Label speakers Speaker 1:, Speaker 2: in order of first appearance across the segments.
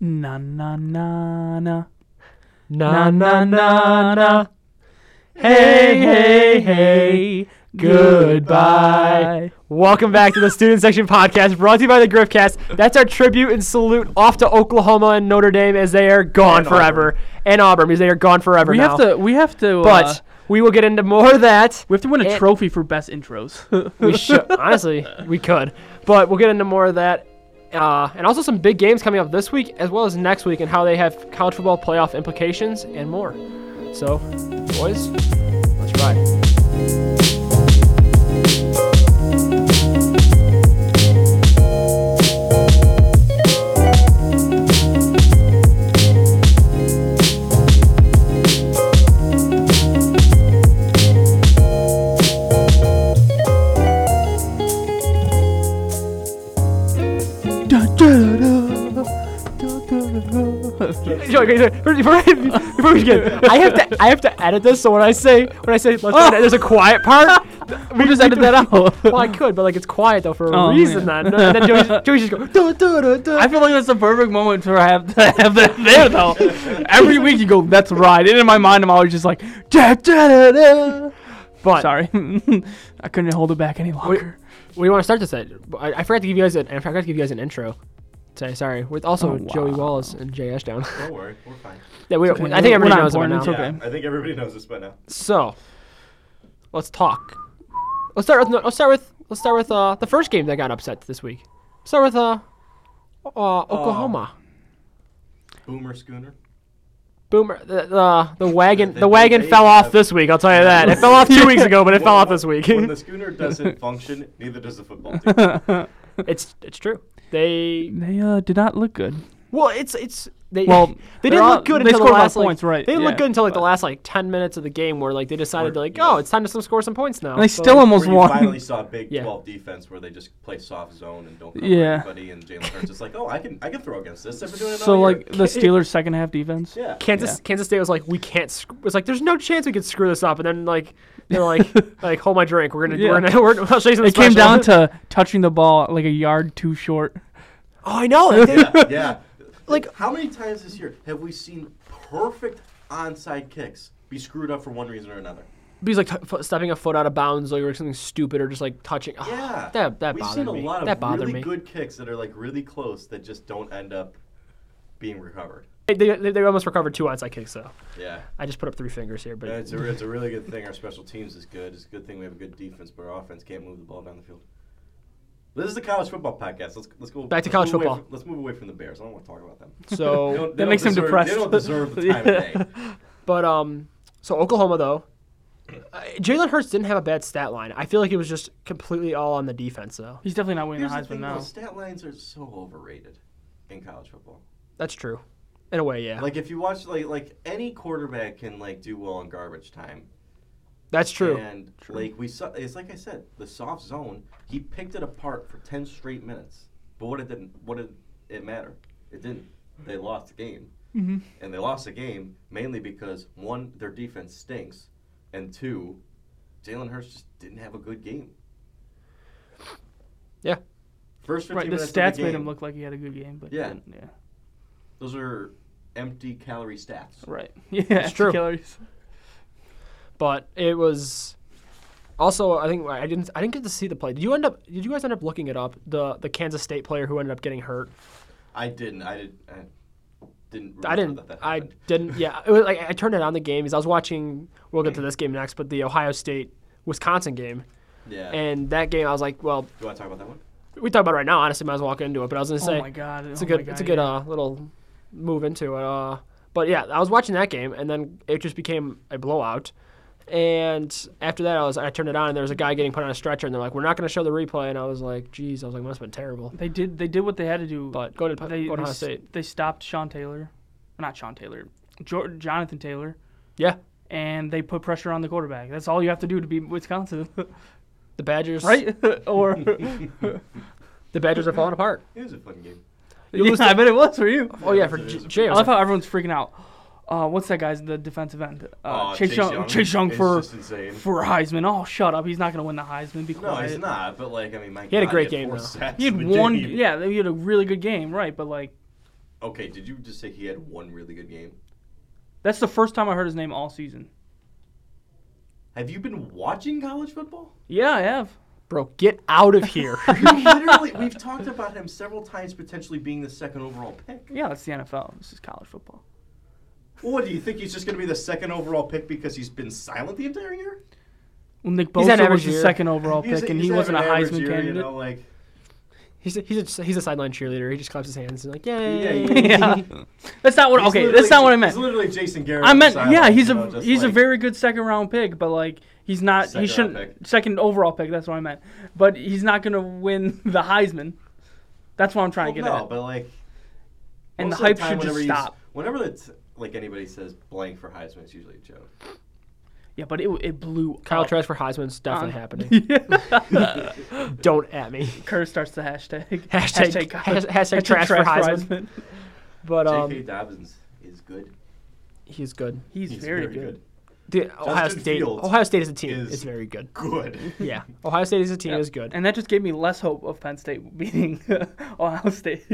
Speaker 1: Na na na na.
Speaker 2: Na na na na. Hey hey hey. Goodbye. Welcome back to the Student Section Podcast, brought to you by the Griffcast. That's our tribute and salute off to Oklahoma and Notre Dame as they are gone
Speaker 3: And
Speaker 2: forever,
Speaker 3: Auburn.
Speaker 2: and Auburn because they are gone forever
Speaker 1: We
Speaker 2: now.
Speaker 1: have to. We have to.
Speaker 2: but
Speaker 1: uh,
Speaker 2: we will get into more of that.
Speaker 1: we have to win a
Speaker 2: it-
Speaker 1: trophy for best intros.
Speaker 2: We should, honestly, we could, but we'll get into more of that, uh, and also some big games coming up this week as well as next week, and how they have college football playoff implications and more. So, boys, let's ride. Joey, wait, wait, wait, before, before we begin, I have to I have to edit this. So when I say when I say let's
Speaker 1: Oh.
Speaker 2: not edit, there's a quiet part. We just
Speaker 1: edit that out.
Speaker 2: Well, I could, but like it's quiet though for a
Speaker 1: Oh,
Speaker 2: reason.
Speaker 1: man.
Speaker 2: Then and then Joey, Joey just go. "Duh, duh, duh, duh."
Speaker 1: I feel like that's the perfect moment to have to have that there though. Every week you go, that's right. And in my mind, I'm always just like, da, da, da, da.
Speaker 2: But
Speaker 1: sorry, I couldn't hold it back any longer.
Speaker 2: what do you want to start this at? I, I forgot to give you guys an I forgot to give you guys an intro. Sorry, sorry. With also
Speaker 1: Oh,
Speaker 2: Joey
Speaker 1: wow.
Speaker 2: Wallace and Jay Ashdown.
Speaker 3: Don't worry, we're fine.
Speaker 2: yeah, we,
Speaker 1: okay.
Speaker 2: I think
Speaker 1: We're
Speaker 2: everybody
Speaker 1: not
Speaker 2: knows
Speaker 1: important,
Speaker 2: about now.
Speaker 1: it's
Speaker 3: Yeah,
Speaker 1: okay.
Speaker 3: I think everybody knows this by now.
Speaker 2: So, let's talk. Let's start with no, let's start with let's start with uh, the first game that got upset this week. Start with uh, uh Oklahoma
Speaker 3: Boomer Schooner.
Speaker 2: Boomer the the, the wagon
Speaker 3: They-
Speaker 2: the wagon
Speaker 3: they
Speaker 2: fell off
Speaker 3: have-
Speaker 2: this week. I'll tell you that it fell off two weeks ago, but it fell off this week.
Speaker 3: when the schooner doesn't function, neither does the football team.
Speaker 2: it's it's true. They
Speaker 1: They uh, did not look good.
Speaker 2: well it's it's they
Speaker 1: Well,
Speaker 2: they
Speaker 1: they're
Speaker 2: didn't
Speaker 1: all-
Speaker 2: look good
Speaker 1: they
Speaker 2: until the
Speaker 1: scored a lot of
Speaker 2: last like,
Speaker 1: points, right,
Speaker 2: They didn't
Speaker 1: yeah,
Speaker 2: look good until like the
Speaker 1: but-
Speaker 2: last like ten minutes of the game where like they decided
Speaker 3: Or-
Speaker 2: like
Speaker 3: yeah.
Speaker 2: oh it's time to some score some points now.
Speaker 1: And they
Speaker 2: So,
Speaker 1: still almost
Speaker 3: Where you
Speaker 1: won.
Speaker 3: finally saw Big
Speaker 2: Yeah.
Speaker 3: 12 defense where they just play soft zone and don't cover
Speaker 1: Yeah.
Speaker 3: anybody, and Jalen Hurts is like, oh, I can I can throw against this. I've been doing it
Speaker 1: So
Speaker 3: all year."
Speaker 1: like the Steelers' second half defense.
Speaker 3: yeah.
Speaker 2: Kansas
Speaker 1: Yeah.
Speaker 2: Kansas State was like, we can't. Sc-. It's like there's no chance we could screw this up. And then like they're like, like hold my drink. We're gonna we're
Speaker 1: Yeah.
Speaker 2: gonna we're gonna I'll show you something
Speaker 1: It came
Speaker 2: special."
Speaker 1: down to touching the ball like a yard too short.
Speaker 2: oh I know. Like, they-
Speaker 3: yeah, yeah.
Speaker 2: Like-
Speaker 3: how many times this year have we seen perfect onside kicks be screwed up for one reason or another?
Speaker 2: he's like t- f- stepping a foot out of bounds like, or something stupid or just like touching. Oh,
Speaker 3: Yeah,
Speaker 2: that that
Speaker 3: we've
Speaker 2: bothered
Speaker 3: seen a
Speaker 2: me.
Speaker 3: lot of
Speaker 2: that bothered
Speaker 3: really
Speaker 2: me.
Speaker 3: good kicks that are like really close that just don't end up being recovered.
Speaker 2: They, they, they almost recovered two onside kicks though.
Speaker 3: Yeah.
Speaker 2: I just put up three fingers here, but
Speaker 3: Yeah, it's a, it's a really good thing our special teams is good. It's a good thing we have a good defense, but our offense can't move the ball down the field. This is the college football podcast. Let's let's go
Speaker 2: Back to
Speaker 3: let's
Speaker 2: college
Speaker 3: move away
Speaker 2: football.
Speaker 3: from- let's move away from the Bears. I don't want to talk about them. They
Speaker 2: so
Speaker 3: don't- they
Speaker 1: That
Speaker 3: don't
Speaker 1: makes him
Speaker 3: deserve-
Speaker 1: depressed.
Speaker 3: They don't deserve the time of day.
Speaker 2: but um so Oklahoma though. uh, Jalen Hurts didn't have a bad stat line. I feel like it was just completely all on the defense, though.
Speaker 1: He's definitely not winning
Speaker 3: Here's
Speaker 1: the
Speaker 3: the
Speaker 1: Heisman
Speaker 3: thing, though,
Speaker 1: now.
Speaker 3: stat lines are so overrated in college football.
Speaker 2: That's true, in a way, yeah.
Speaker 3: Like if you watch like like any quarterback can like do well in garbage time.
Speaker 2: That's true.
Speaker 3: And like we saw, it's like I said, the soft zone. He picked it apart for ten straight minutes. But what it didn't, what did it matter? It didn't. They lost the game, mm-hmm. and they lost the game mainly because one, their defense stinks, and two, Jalen Hurts just didn't have a good game.
Speaker 2: Yeah.
Speaker 3: First fifteen
Speaker 1: Right, the
Speaker 3: minutes of
Speaker 1: stats
Speaker 3: the
Speaker 1: made
Speaker 3: game,
Speaker 1: him look like he had a good game, but
Speaker 3: Yeah.
Speaker 1: yeah, yeah,
Speaker 3: Those are empty calorie stats.
Speaker 1: right, yeah,
Speaker 2: true.
Speaker 1: Calories.
Speaker 2: but it was also I think I didn't I didn't get to see the play. Did you end up? Did you guys end up looking it up? The the Kansas State player who ended up getting hurt.
Speaker 3: I didn't. I didn't. I didn't.
Speaker 2: I
Speaker 3: remember
Speaker 2: didn't.
Speaker 3: That that
Speaker 2: I
Speaker 3: happened.
Speaker 2: didn't. Yeah, it was like I turned it on the game because I was watching. We'll
Speaker 3: Mm.
Speaker 2: get to this game next, but the Ohio State Wisconsin game,
Speaker 3: Yeah.
Speaker 2: and that game I was like, well,
Speaker 3: you want to talk about that one?
Speaker 2: we talk about it right now. Honestly, might as well walk into it. But I was gonna say
Speaker 1: oh my god,
Speaker 2: it's a good it's a good uh, little move into it. Uh, but yeah, I was watching that game, and then it just became a blowout. And after that, I was I turned it on, and there was a guy getting put on a stretcher, and they're like, "We're not going to show the replay." And I was like, "Geez," I was like, "Must have been terrible."
Speaker 1: They did. They did what they had to do.
Speaker 2: But go to
Speaker 1: they,
Speaker 2: go
Speaker 1: they,
Speaker 2: to Ohio
Speaker 1: s-
Speaker 2: State.
Speaker 1: they stopped Sean Taylor, not Sean Taylor, jo- Jonathan Taylor,
Speaker 2: Yeah,
Speaker 1: and they put pressure on the quarterback. That's all you have to do to beat Wisconsin,
Speaker 2: the Badgers.
Speaker 1: right? or
Speaker 2: The Badgers are falling apart.
Speaker 3: It was a fun game.
Speaker 1: yeah, I bet it was for you.
Speaker 2: Oh yeah, for
Speaker 3: it is
Speaker 2: J-
Speaker 3: a-
Speaker 2: Jay. I
Speaker 1: I
Speaker 2: was
Speaker 1: love
Speaker 2: like,
Speaker 1: how everyone's freaking out. Uh, what's that guy's the defensive end? Uh,
Speaker 3: Aw,
Speaker 1: Chase Young. Chase Young
Speaker 3: is
Speaker 1: for
Speaker 3: just insane.
Speaker 1: for Heisman. Oh, shut up. He's not gonna win the Heisman. Be
Speaker 3: No,
Speaker 1: quiet.
Speaker 3: he's not. But like, I mean, my
Speaker 2: had a
Speaker 3: God,
Speaker 2: great
Speaker 3: he had
Speaker 2: game,
Speaker 3: four
Speaker 2: though.
Speaker 3: sacks
Speaker 1: He had
Speaker 3: in the
Speaker 1: one.
Speaker 3: game.
Speaker 1: Yeah, he had a really good game, right? But like,
Speaker 3: Okay, did you just say he had one really good game?
Speaker 1: That's the first time I heard his name all season.
Speaker 3: Have you been watching college football?
Speaker 1: Yeah, I have.
Speaker 2: Bro, get out of here.
Speaker 3: You literally, we've talked about him several times potentially being the second overall pick.
Speaker 1: Yeah, that's the NFL. This is college football.
Speaker 3: What do you think he's just going to be the second overall pick because he's been silent the entire year?
Speaker 1: Well, Nick
Speaker 2: He's had
Speaker 1: Bosa
Speaker 2: an average
Speaker 1: was the
Speaker 2: year.
Speaker 1: second overall
Speaker 3: He's-
Speaker 1: pick, and
Speaker 3: he's
Speaker 1: he wasn't a
Speaker 3: having an average
Speaker 1: Heisman
Speaker 3: year,
Speaker 1: candidate.
Speaker 3: You know, like
Speaker 2: he's a, he's a, he's a sideline cheerleader. He just claps his hands and like, yay.
Speaker 3: yeah.
Speaker 1: That's not what.
Speaker 3: he's
Speaker 1: Okay,
Speaker 3: literally-
Speaker 1: that's not what I
Speaker 3: he's
Speaker 1: meant.
Speaker 3: literally Jason Garrett.
Speaker 1: I
Speaker 3: on the
Speaker 1: meant,
Speaker 3: sideline,
Speaker 1: yeah, he's
Speaker 3: you
Speaker 1: a
Speaker 3: know, just
Speaker 1: he's a
Speaker 3: like-
Speaker 1: very good second round pick, but like he's not.
Speaker 3: Second
Speaker 1: he
Speaker 3: round
Speaker 1: shouldn't
Speaker 3: pick.
Speaker 1: second overall pick. That's what I meant. But he's not gonna win the Heisman. That's what I'm trying
Speaker 3: Well,
Speaker 1: to get
Speaker 3: no,
Speaker 1: at.
Speaker 3: but like
Speaker 1: And the
Speaker 3: most of
Speaker 1: hype
Speaker 3: time
Speaker 1: should
Speaker 3: whenever
Speaker 1: just
Speaker 3: you s-
Speaker 1: stop.
Speaker 3: Whenever it's like anybody says blank for Heisman, it's usually a joke.
Speaker 1: Yeah, but it it blew.
Speaker 2: Kyle
Speaker 1: up.
Speaker 2: Trask for Heisman's definitely
Speaker 1: Um,
Speaker 2: happening.
Speaker 1: Yeah.
Speaker 2: Don't at me.
Speaker 1: Kerr starts the hashtag.
Speaker 2: Hashtag- has- hashtag trash for Heisman. But
Speaker 3: J.K.
Speaker 2: um,
Speaker 3: Dobbins is good.
Speaker 2: he's good.
Speaker 1: He's, very, good.
Speaker 2: Dude, Ohio
Speaker 3: Justin
Speaker 2: State.
Speaker 3: Fields
Speaker 2: Ohio State is a team.
Speaker 3: is-
Speaker 2: It's very good.
Speaker 3: Good.
Speaker 2: Yeah, Ohio State as a team
Speaker 1: Yeah.
Speaker 2: is good.
Speaker 1: And that just gave me less hope of Penn State beating Ohio State.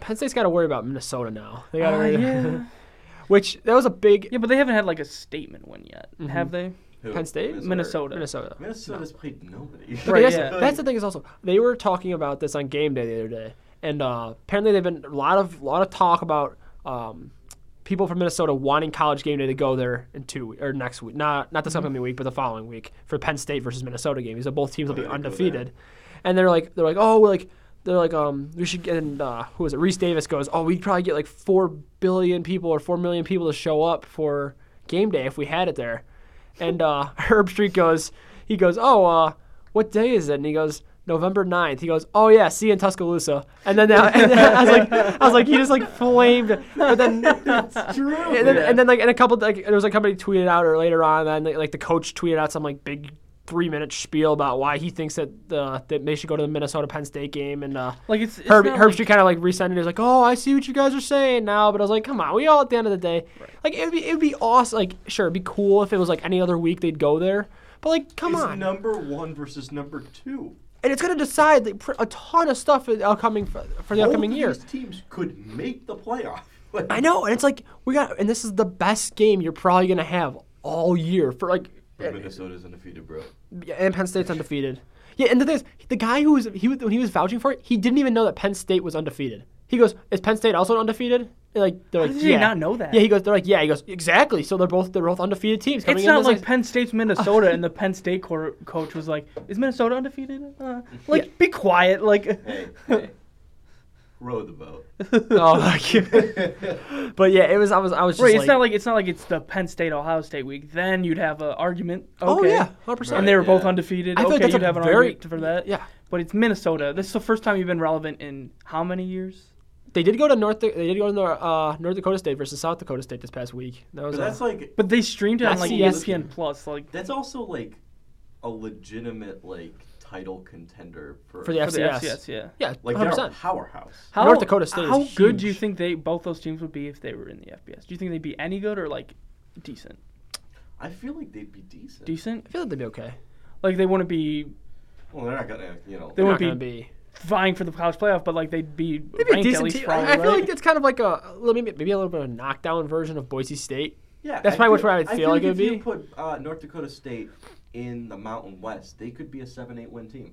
Speaker 2: Penn State's got to worry about Minnesota now. They got to
Speaker 1: Ah,
Speaker 2: worry.
Speaker 1: yeah.
Speaker 2: Which that was a big
Speaker 1: yeah, but they haven't had like a statement win yet, have they?
Speaker 3: Who?
Speaker 2: Penn State?
Speaker 1: Minnesota.
Speaker 2: Mm-hmm. Minnesota.
Speaker 3: Minnesota's played nobody.
Speaker 2: But
Speaker 1: Right,
Speaker 2: that's,
Speaker 1: yeah.
Speaker 2: that's the thing is also they were talking about this on game day the other day, and uh, apparently they've been a lot of lot of talk about um, people from Minnesota wanting college game day to go there in two or next week, not not this
Speaker 1: Mm-hmm.
Speaker 2: upcoming week, but the following week for Penn State versus Minnesota game. So both teams will
Speaker 3: Oh,
Speaker 2: be
Speaker 3: yeah, go there.
Speaker 2: undefeated, and they're like they're like oh we're like they're like um we should get and uh, who was it Reese Davis goes oh we'd probably get like four billion people or four million people to show up for game day if we had it there. And uh, Herb Street goes, he goes, oh, uh, what day is it? And he goes, November 9th. He goes, oh yeah, see you in Tuscaloosa. And then, that, and then I was like, I was like, he just like flamed. But then,
Speaker 3: That's true.
Speaker 2: and then, and then like, and a couple, like, there was like somebody tweeted out or later on, and like, like the coach tweeted out some like big three minute spiel about why he thinks that the that they should go to the Minnesota Penn State game and. Uh,
Speaker 1: Like it's, it's
Speaker 2: Herb,
Speaker 1: not
Speaker 2: Herb
Speaker 1: like-
Speaker 2: Street kind of like resended. He was like, "Oh, I see what you guys are saying now," but I was like, "Come on, we all at the end of the day, like it'd be it'd be awesome. Like, sure, it'd be cool if it was like any other week they'd go there, but like, come
Speaker 3: it's
Speaker 2: on,
Speaker 3: number one versus number two.
Speaker 2: and it's gonna decide like, pr- a ton of stuff for the upcoming for, for the
Speaker 3: Both
Speaker 2: upcoming
Speaker 3: of
Speaker 2: year.
Speaker 3: These teams could make the playoff. Like,
Speaker 2: I know, and it's like we got, and this is the best game you're probably gonna have all year for like,
Speaker 3: But Minnesota's undefeated, bro.
Speaker 2: and Penn State's undefeated. Yeah, and the thing is, the guy who was he was, when he was vouching for it, he didn't even know that Penn State was undefeated. He goes, "Is Penn State also undefeated?" And, like they're like,
Speaker 1: did he
Speaker 2: "Yeah."
Speaker 1: not know that?
Speaker 2: Yeah, he goes, "They're like, yeah." He goes, "Exactly." So they're both they're both undefeated teams. Coming
Speaker 1: It's
Speaker 2: in
Speaker 1: not
Speaker 2: as,
Speaker 1: like Penn State's Minnesota, and the Penn State cor- coach was like, "Is Minnesota undefeated?" Uh, like, be quiet. Like,
Speaker 3: Hey, hey. Row the boat.
Speaker 2: oh, like, but yeah, it was. I was I was just
Speaker 1: right?
Speaker 2: like,
Speaker 1: it's not like it's not like it's the Penn State Ohio State week. Then you'd have an argument. Okay.
Speaker 2: oh yeah, hundred percent.
Speaker 1: And they were both
Speaker 3: Yeah.
Speaker 1: undefeated.
Speaker 2: I feel
Speaker 1: okay,
Speaker 2: like that's
Speaker 1: you'd
Speaker 2: a
Speaker 1: have an
Speaker 2: very-
Speaker 1: argument for that.
Speaker 2: yeah.
Speaker 1: But it's Minnesota. This is the first time you've been relevant in how many years?
Speaker 2: They did go to North. They did go to Nor- uh, North Dakota State versus South Dakota State this past week. That was
Speaker 3: But
Speaker 2: a-
Speaker 3: that's like
Speaker 1: But they streamed it on
Speaker 2: That's
Speaker 1: like
Speaker 2: CS.
Speaker 1: ESPN Plus. Like,
Speaker 3: that's also like a legitimate like title contender for
Speaker 2: For the
Speaker 1: for the
Speaker 2: FCS.
Speaker 1: FCS, yeah.
Speaker 2: yeah,
Speaker 3: like
Speaker 2: hundred
Speaker 3: they're a
Speaker 2: percent.
Speaker 3: powerhouse.
Speaker 1: How,
Speaker 2: North Dakota State is
Speaker 1: How good do you
Speaker 2: huge.
Speaker 1: think they both those teams would be if they were in the FBS? Do you think they'd be any good or like decent?
Speaker 3: I feel like they'd be decent.
Speaker 1: Decent?
Speaker 2: I feel like they'd be okay.
Speaker 1: Like they wouldn't be
Speaker 3: Well, they're not gonna, you know.
Speaker 1: They
Speaker 2: They're
Speaker 1: would
Speaker 2: not gonna
Speaker 1: be-
Speaker 2: be
Speaker 1: vying for the college playoff, but like they'd be
Speaker 2: They'd be a
Speaker 1: ranked at
Speaker 2: decent
Speaker 1: least
Speaker 2: team.
Speaker 1: probably,
Speaker 2: I, I feel
Speaker 1: right?
Speaker 2: like it's kind of like a let me maybe a little bit of a knockdown version of Boise State.
Speaker 3: yeah,
Speaker 2: that's
Speaker 3: I
Speaker 2: probably
Speaker 3: feel-
Speaker 2: where I would feel like it
Speaker 3: if
Speaker 2: would
Speaker 3: you
Speaker 2: be.
Speaker 3: put uh, North Dakota State in the Mountain West, they could be a seven-eight win team.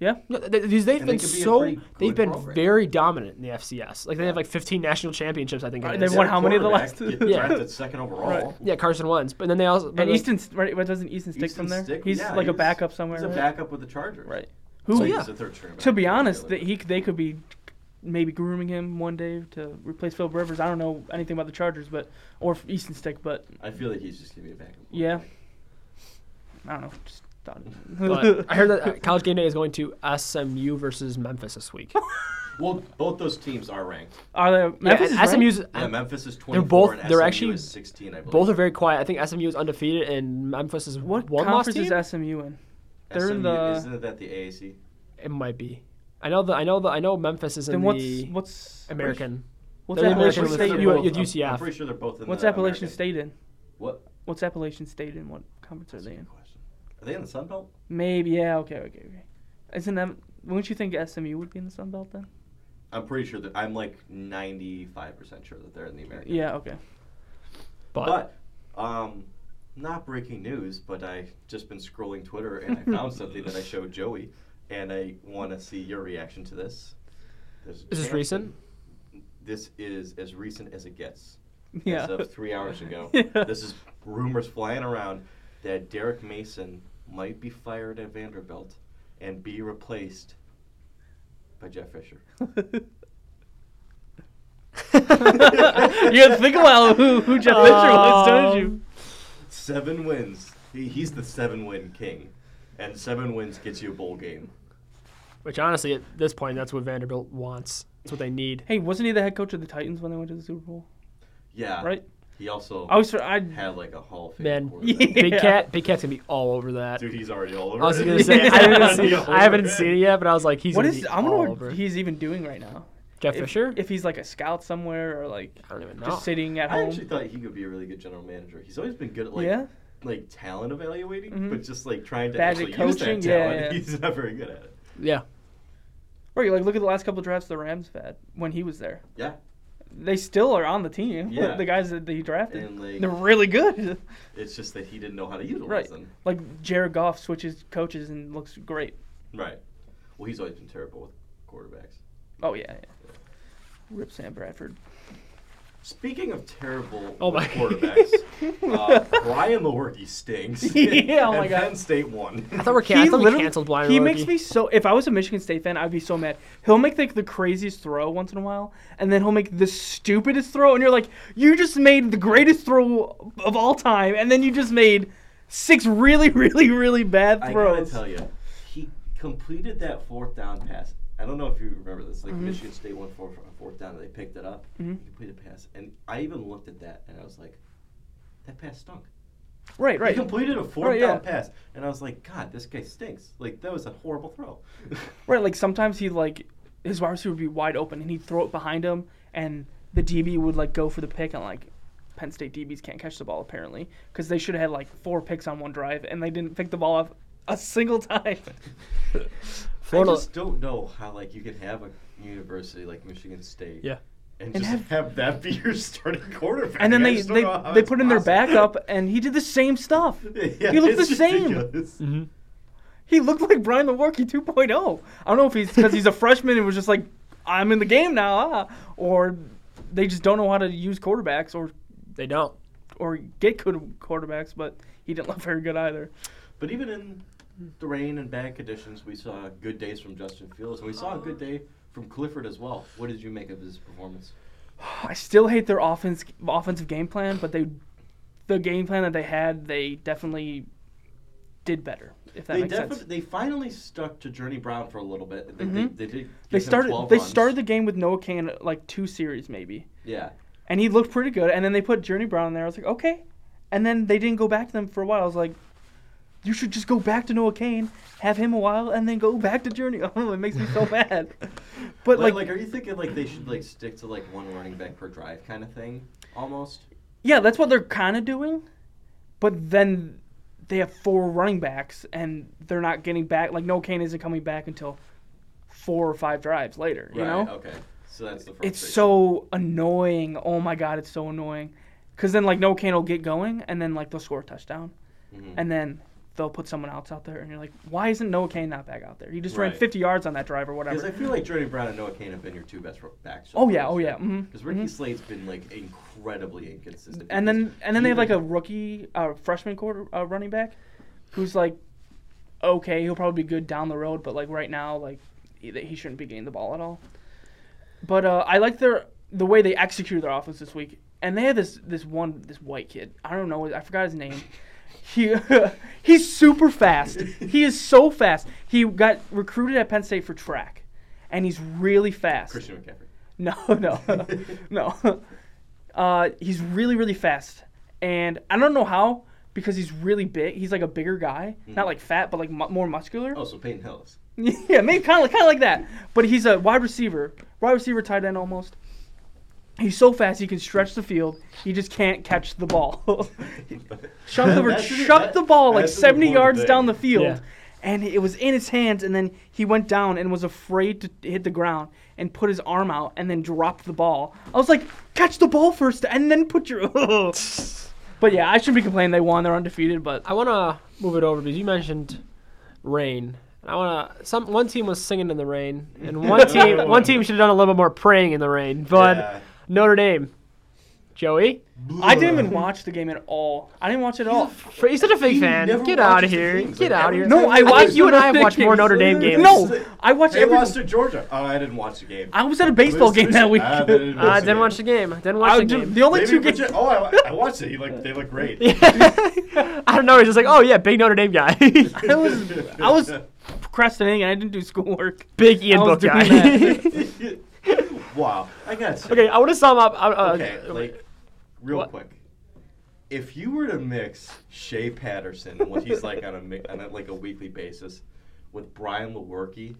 Speaker 1: yeah.
Speaker 2: No, th- th- These they've
Speaker 3: And they
Speaker 2: been
Speaker 3: could be a
Speaker 2: so
Speaker 3: pretty
Speaker 2: they've
Speaker 3: good
Speaker 2: been
Speaker 3: program.
Speaker 2: very dominant in the FCS. Like they
Speaker 3: Yeah.
Speaker 2: have like 15 national championships, I think. it
Speaker 1: Right,
Speaker 2: is.
Speaker 1: They've won how many of the
Speaker 3: Quarterback
Speaker 1: last-
Speaker 3: get
Speaker 2: Yeah.
Speaker 3: drafted second overall.
Speaker 1: Right.
Speaker 2: yeah, Carson Wentz, but then they also but
Speaker 1: And
Speaker 2: like-
Speaker 1: Easton, right? What doesn't Easton stick
Speaker 3: Easton
Speaker 1: from there?
Speaker 3: Stick-
Speaker 1: he's
Speaker 3: yeah,
Speaker 1: like a
Speaker 3: he's-
Speaker 1: backup somewhere.
Speaker 3: He's a
Speaker 1: right?
Speaker 3: backup with the Chargers.
Speaker 1: Right. Who?
Speaker 3: So
Speaker 2: yeah.
Speaker 3: he's a third string
Speaker 1: To be
Speaker 3: back.
Speaker 1: honest, that he they could be maybe grooming him one day to replace Phil Rivers. I don't know anything about the Chargers, but or Easton Stick, but
Speaker 3: I feel like he's just gonna be a backup.
Speaker 1: Yeah.
Speaker 3: quarterback.
Speaker 1: I don't know. Just thought.
Speaker 2: but I heard that uh, College Game Day is going to SMU versus Memphis this week.
Speaker 3: Well, both those teams are ranked.
Speaker 1: Are they Memphis
Speaker 2: yeah,
Speaker 1: is ranked?
Speaker 2: SMU's
Speaker 3: Yeah, Memphis is 24
Speaker 2: both-
Speaker 3: and
Speaker 2: they're
Speaker 3: SMU
Speaker 2: actually-
Speaker 3: is 16, I believe.
Speaker 2: both are very quiet. I think SMU is undefeated and Memphis is
Speaker 1: What
Speaker 2: one loss
Speaker 1: conference
Speaker 2: team.
Speaker 1: is SMU in? they're in
Speaker 3: SMU,
Speaker 1: the-
Speaker 3: Isn't that the AAC?
Speaker 2: it might be. I know the I know the I know Memphis is in
Speaker 1: Then what's
Speaker 2: the
Speaker 1: what's
Speaker 2: American.
Speaker 1: What's
Speaker 2: They're the
Speaker 1: Appalachian
Speaker 2: American
Speaker 1: State
Speaker 2: with-
Speaker 1: in?
Speaker 2: you-
Speaker 3: They're both-
Speaker 2: you-
Speaker 3: I'm- I'm
Speaker 2: UCF.
Speaker 3: pretty sure they're both in
Speaker 1: What's
Speaker 3: the
Speaker 1: Appalachian
Speaker 3: American.
Speaker 1: State in?
Speaker 3: What?
Speaker 1: What's Appalachian State in? What conference are
Speaker 3: That's a
Speaker 1: they in?
Speaker 3: good question. Are they in the Sun Belt?
Speaker 1: Maybe yeah. Okay. Okay. Okay. Isn't that? Wouldn't you think SMU would be in the Sun Belt then?
Speaker 3: I'm pretty sure that I'm like 95% sure that they're in the American.
Speaker 1: Yeah. Okay.
Speaker 2: But,
Speaker 3: But, um, not breaking news, but I just been scrolling Twitter and I found something that I showed Joey, and I want to see your reaction to this. There's a
Speaker 2: is this
Speaker 3: chance-
Speaker 2: recent?
Speaker 3: This is as recent as it gets.
Speaker 1: Yeah.
Speaker 3: As of three hours ago.
Speaker 1: Yeah.
Speaker 3: This is rumors flying around that Derek Mason might be fired at Vanderbilt and be replaced by Jeff Fisher.
Speaker 1: you had to think about who, who Jeff Fisher was, don't you?
Speaker 2: Um,
Speaker 3: Seven wins. He, he's the seven win king. And seven wins gets you a bowl game.
Speaker 2: Which honestly, at this point, that's what Vanderbilt wants. That's what they need.
Speaker 1: Hey, wasn't he the head coach of the Titans when they went to the Super Bowl?
Speaker 3: Yeah.
Speaker 1: Right.
Speaker 3: He also
Speaker 1: I was. I.
Speaker 3: had like a Hall of Fame.
Speaker 2: Man,
Speaker 3: quarterback.
Speaker 1: Yeah.
Speaker 2: Big Cat, Big Cat's gonna be all over that.
Speaker 3: Dude, he's already all over.
Speaker 2: I was
Speaker 3: it.
Speaker 2: gonna say I
Speaker 1: Yeah.
Speaker 2: haven't, seen,
Speaker 3: He's all
Speaker 2: I haven't
Speaker 3: over
Speaker 2: seen it
Speaker 3: it.
Speaker 2: yet, but I was like, he's
Speaker 1: What
Speaker 2: gonna
Speaker 1: is?
Speaker 2: be
Speaker 1: I
Speaker 2: all
Speaker 1: wonder
Speaker 2: over
Speaker 1: what
Speaker 2: it.
Speaker 1: he's even doing right now.
Speaker 2: Jeff
Speaker 1: If-
Speaker 2: Fisher.
Speaker 1: If he's like a scout somewhere or like
Speaker 2: I don't even know.
Speaker 1: just sitting at
Speaker 3: I
Speaker 1: home.
Speaker 3: actually thought he could be a really good general manager. He's always been good at like
Speaker 1: Yeah.
Speaker 3: like talent evaluating,
Speaker 2: Mm-hmm.
Speaker 1: Mhm.
Speaker 3: but just like trying to
Speaker 1: Bad at
Speaker 3: actually
Speaker 1: coaching,
Speaker 3: use
Speaker 1: yeah,
Speaker 3: that talent,
Speaker 1: yeah.
Speaker 3: he's not very good at it.
Speaker 2: yeah,
Speaker 1: Right, like look at the last couple drafts the Rams had when he was there.
Speaker 3: Yeah,
Speaker 1: They still are on the team.
Speaker 3: Yeah.
Speaker 1: The guys that he drafted.
Speaker 3: And, like-
Speaker 1: They're really good.
Speaker 3: it's just that he didn't know how to utilize
Speaker 1: Right.
Speaker 3: them.
Speaker 1: Like Jared Goff switches coaches and looks great.
Speaker 3: Right. Well, he's always been terrible with quarterbacks.
Speaker 1: Oh yeah. yeah. Rip Sam Bradford.
Speaker 3: Speaking of terrible
Speaker 2: Oh
Speaker 3: with
Speaker 2: my-
Speaker 3: quarterbacks, uh, Brian Lewerke stinks.
Speaker 1: Yeah, oh my
Speaker 3: and
Speaker 1: God.
Speaker 3: Penn State won.
Speaker 2: I thought we're can- I
Speaker 1: He
Speaker 2: thought we
Speaker 1: literally-
Speaker 2: canceled Brian.
Speaker 1: He
Speaker 2: Roarke.
Speaker 1: makes me so. If I was a Michigan State fan, I'd be so mad. He'll make like the craziest throw once in a while, and then he'll make the stupidest throw, and you're like, you just made the greatest throw of all time, and then you just made six really, really, really bad
Speaker 3: I gotta
Speaker 1: throws.
Speaker 3: tell you, he completed that fourth down pass. I don't know if you remember this. Like Michigan State went for for a fourth down and they picked it up. He completed a pass, and I even looked at that and I was like, that pass stunk.
Speaker 1: Right, right.
Speaker 3: He completed a fourth
Speaker 1: Right, yeah.
Speaker 3: down pass, and I was like, God, this guy stinks. Like that was a horrible throw.
Speaker 1: Right, like sometimes he like his wide receiver would be wide open and he'd throw it behind him, and the DB would like go for the pick and like Penn State DBs can't catch the ball apparently because they should have had like four picks on one drive and they didn't pick the ball up a single time.
Speaker 2: Florida-
Speaker 3: I just don't know how like you can have a university like Michigan State.
Speaker 2: Yeah.
Speaker 3: And,
Speaker 1: And
Speaker 3: just
Speaker 1: have-
Speaker 3: have, that be your starting quarterback.
Speaker 1: and then
Speaker 3: I
Speaker 1: they
Speaker 3: just don't
Speaker 1: they,
Speaker 3: know how
Speaker 1: they
Speaker 3: it's
Speaker 1: put in their
Speaker 3: possible.
Speaker 1: backup and he did the same stuff.
Speaker 3: Yeah,
Speaker 1: he looked the
Speaker 3: it's
Speaker 1: same.
Speaker 3: ridiculous.
Speaker 1: He looked like Brian Lewerke 2.0. oh. I don't know if he's because he's a freshman and was just like I'm in the game now, ah, or they just don't know how to use quarterbacks or
Speaker 2: They don't.
Speaker 1: or get good quarterbacks, but he didn't look very good either.
Speaker 3: But even in the rain and bad conditions, we saw good days from Justin Fields, and we saw a good day from Clifford as well. What did you make of his performance? Oh,
Speaker 1: I still hate their offense offensive game plan, but they the game plan that they had, they definitely did better. If that
Speaker 3: They
Speaker 1: makes
Speaker 3: definitely
Speaker 1: sense.
Speaker 3: they finally stuck to Journey Brown for a little bit. They,
Speaker 1: Mhm.
Speaker 3: they, they did.
Speaker 1: They
Speaker 3: give him
Speaker 1: started
Speaker 3: 12
Speaker 1: they
Speaker 3: runs.
Speaker 1: started the game with Noah Kane like two series maybe.
Speaker 3: yeah.
Speaker 1: And he looked pretty good and then they put Journey Brown in there. I was like, "Okay." And then they didn't go back to them for a while. I was like, you should just go back to Noah Kane, have him a while, and then go back to Journey. Oh, it makes me so mad. But
Speaker 3: But like,
Speaker 1: like,
Speaker 3: like, are you thinking like they should like stick to like one running back per drive kind of thing, almost?
Speaker 1: Yeah, that's what they're kind of doing, but then they have four running backs and they're not getting back. Like no Kane isn't coming back until four or five drives later. You know,
Speaker 3: Right, Okay. So that's the first.
Speaker 1: it's so annoying. Oh my god, it's so annoying. Because then like no Kane will get going and then like they'll score a touchdown
Speaker 3: Mm-hmm.
Speaker 1: and then. They'll put someone else out there, and you're like, "Why isn't Noah Kane not back out there? He just ran
Speaker 3: Right.
Speaker 1: 50 yards on that drive or
Speaker 3: Because
Speaker 1: whatever."
Speaker 3: I feel like Journey Brown and Noah Kane have been your two best ro- backs.
Speaker 1: Oh, yeah, oh, yeah, mhm,
Speaker 3: Because Ricky Slade's been like incredibly inconsistent.
Speaker 1: and
Speaker 3: because
Speaker 1: then and then they have like a
Speaker 3: even-
Speaker 1: rookie uh, freshman quarter uh, running back who's like okay he'll probably be good down the road but like right now like he, he shouldn't be getting the ball at all but uh, i like their the way they executed their offense this week and they had this this one this white kid i don't know i forgot his name he he's super fast he is so fast he got recruited at penn state for track and he's really fast
Speaker 3: Christian McCaffrey.
Speaker 1: no, no, no. Uh, he's really, really fast, and I don't know how because he's really big. He's like a bigger guy, not like fat, but like mu- more muscular.
Speaker 3: Oh, so Peyton Hillis.
Speaker 1: yeah, maybe kind of kind of like that. But he's a wide receiver, wide receiver, tight end almost. He's so fast he can stretch the field. He just can't catch the ball. Chuck the,
Speaker 3: That's-
Speaker 1: chuck the ball like
Speaker 3: that's an
Speaker 1: 70
Speaker 3: important
Speaker 1: yards
Speaker 3: thing.
Speaker 1: down the field.
Speaker 2: Yeah.
Speaker 1: and it was in his hands, and then he went down and was afraid to hit the ground and put his arm out and then dropped the ball. I was like, catch the ball first and then put your. but yeah, I shouldn't be complaining. They won. They're undefeated, but
Speaker 2: I want to move it over because you mentioned rain. And I want to. Some one team was singing in the rain, and one team one team should have done a little bit more praying in the rain. But
Speaker 3: Yeah.
Speaker 2: Notre Dame, Joey,
Speaker 1: I didn't even watch the game at all. I didn't watch it at all.
Speaker 2: Fr- he's such a big
Speaker 3: He
Speaker 2: fan.
Speaker 3: never
Speaker 2: Get out of
Speaker 3: watches the
Speaker 2: here.
Speaker 3: games,
Speaker 2: Get
Speaker 3: like,
Speaker 2: out of here.
Speaker 3: every
Speaker 1: No, I
Speaker 3: I
Speaker 1: watched
Speaker 2: think you and I have
Speaker 1: Notre
Speaker 2: watched
Speaker 1: Dame
Speaker 2: more
Speaker 1: games.
Speaker 2: Notre Dame games.
Speaker 1: No, I watched
Speaker 3: They
Speaker 1: every.
Speaker 3: lost to Georgia. Oh, I didn't watch the game.
Speaker 1: I was at a baseball game that week.
Speaker 3: Ah, they didn't
Speaker 2: Uh, I
Speaker 3: watch
Speaker 2: didn't
Speaker 3: game.
Speaker 2: watch the game. I didn't watch
Speaker 1: I
Speaker 2: the
Speaker 1: was ju-
Speaker 2: game.
Speaker 1: the only
Speaker 3: Maybe
Speaker 1: two
Speaker 3: we
Speaker 1: games.
Speaker 3: should- Oh, I, I watched it. He looked, they look great.
Speaker 2: I don't know. He's just like, oh yeah, big Notre Dame guy,
Speaker 1: I was, I was procrastinating and I didn't do schoolwork.
Speaker 2: big Ian
Speaker 1: I was doing
Speaker 2: Book guy.
Speaker 1: that.
Speaker 3: wow. I got to
Speaker 2: okay, I want to sum up. Uh, uh,
Speaker 3: okay, like real
Speaker 2: what?
Speaker 3: quick. If you were to mix Shea Patterson and what he's like on a mi- on a, like a weekly basis with Brian Lewerke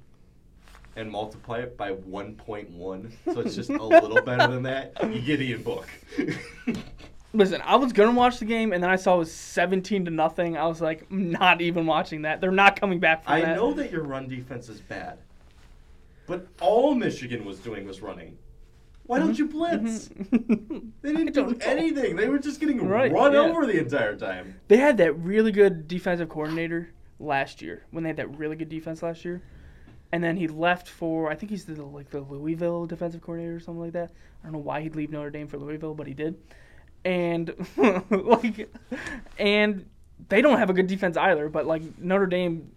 Speaker 3: and multiply it by 1.1, so it's just a little better than that, you get Ian Book.
Speaker 1: Listen, I was gonna watch the game and then I saw it was seventeen to nothing. I was like, I'm not even watching that. They're not coming back from
Speaker 3: I
Speaker 1: that.
Speaker 3: know that your run defense is bad, but all Michigan was doing was running. Why don't you
Speaker 2: Mm-hmm.
Speaker 3: blitz? They didn't do
Speaker 1: don't know.
Speaker 3: anything. They were just getting
Speaker 1: Right,
Speaker 3: run
Speaker 1: yeah.
Speaker 3: over the entire time.
Speaker 1: they had that really good defensive coordinator last year when they had that really good defense last year, and then he left for I think he's the like the Louisville defensive coordinator or something like that. I don't know why he'd leave Notre Dame for Louisville, but he did, and like, and they don't have a good defense either. But like Notre Dame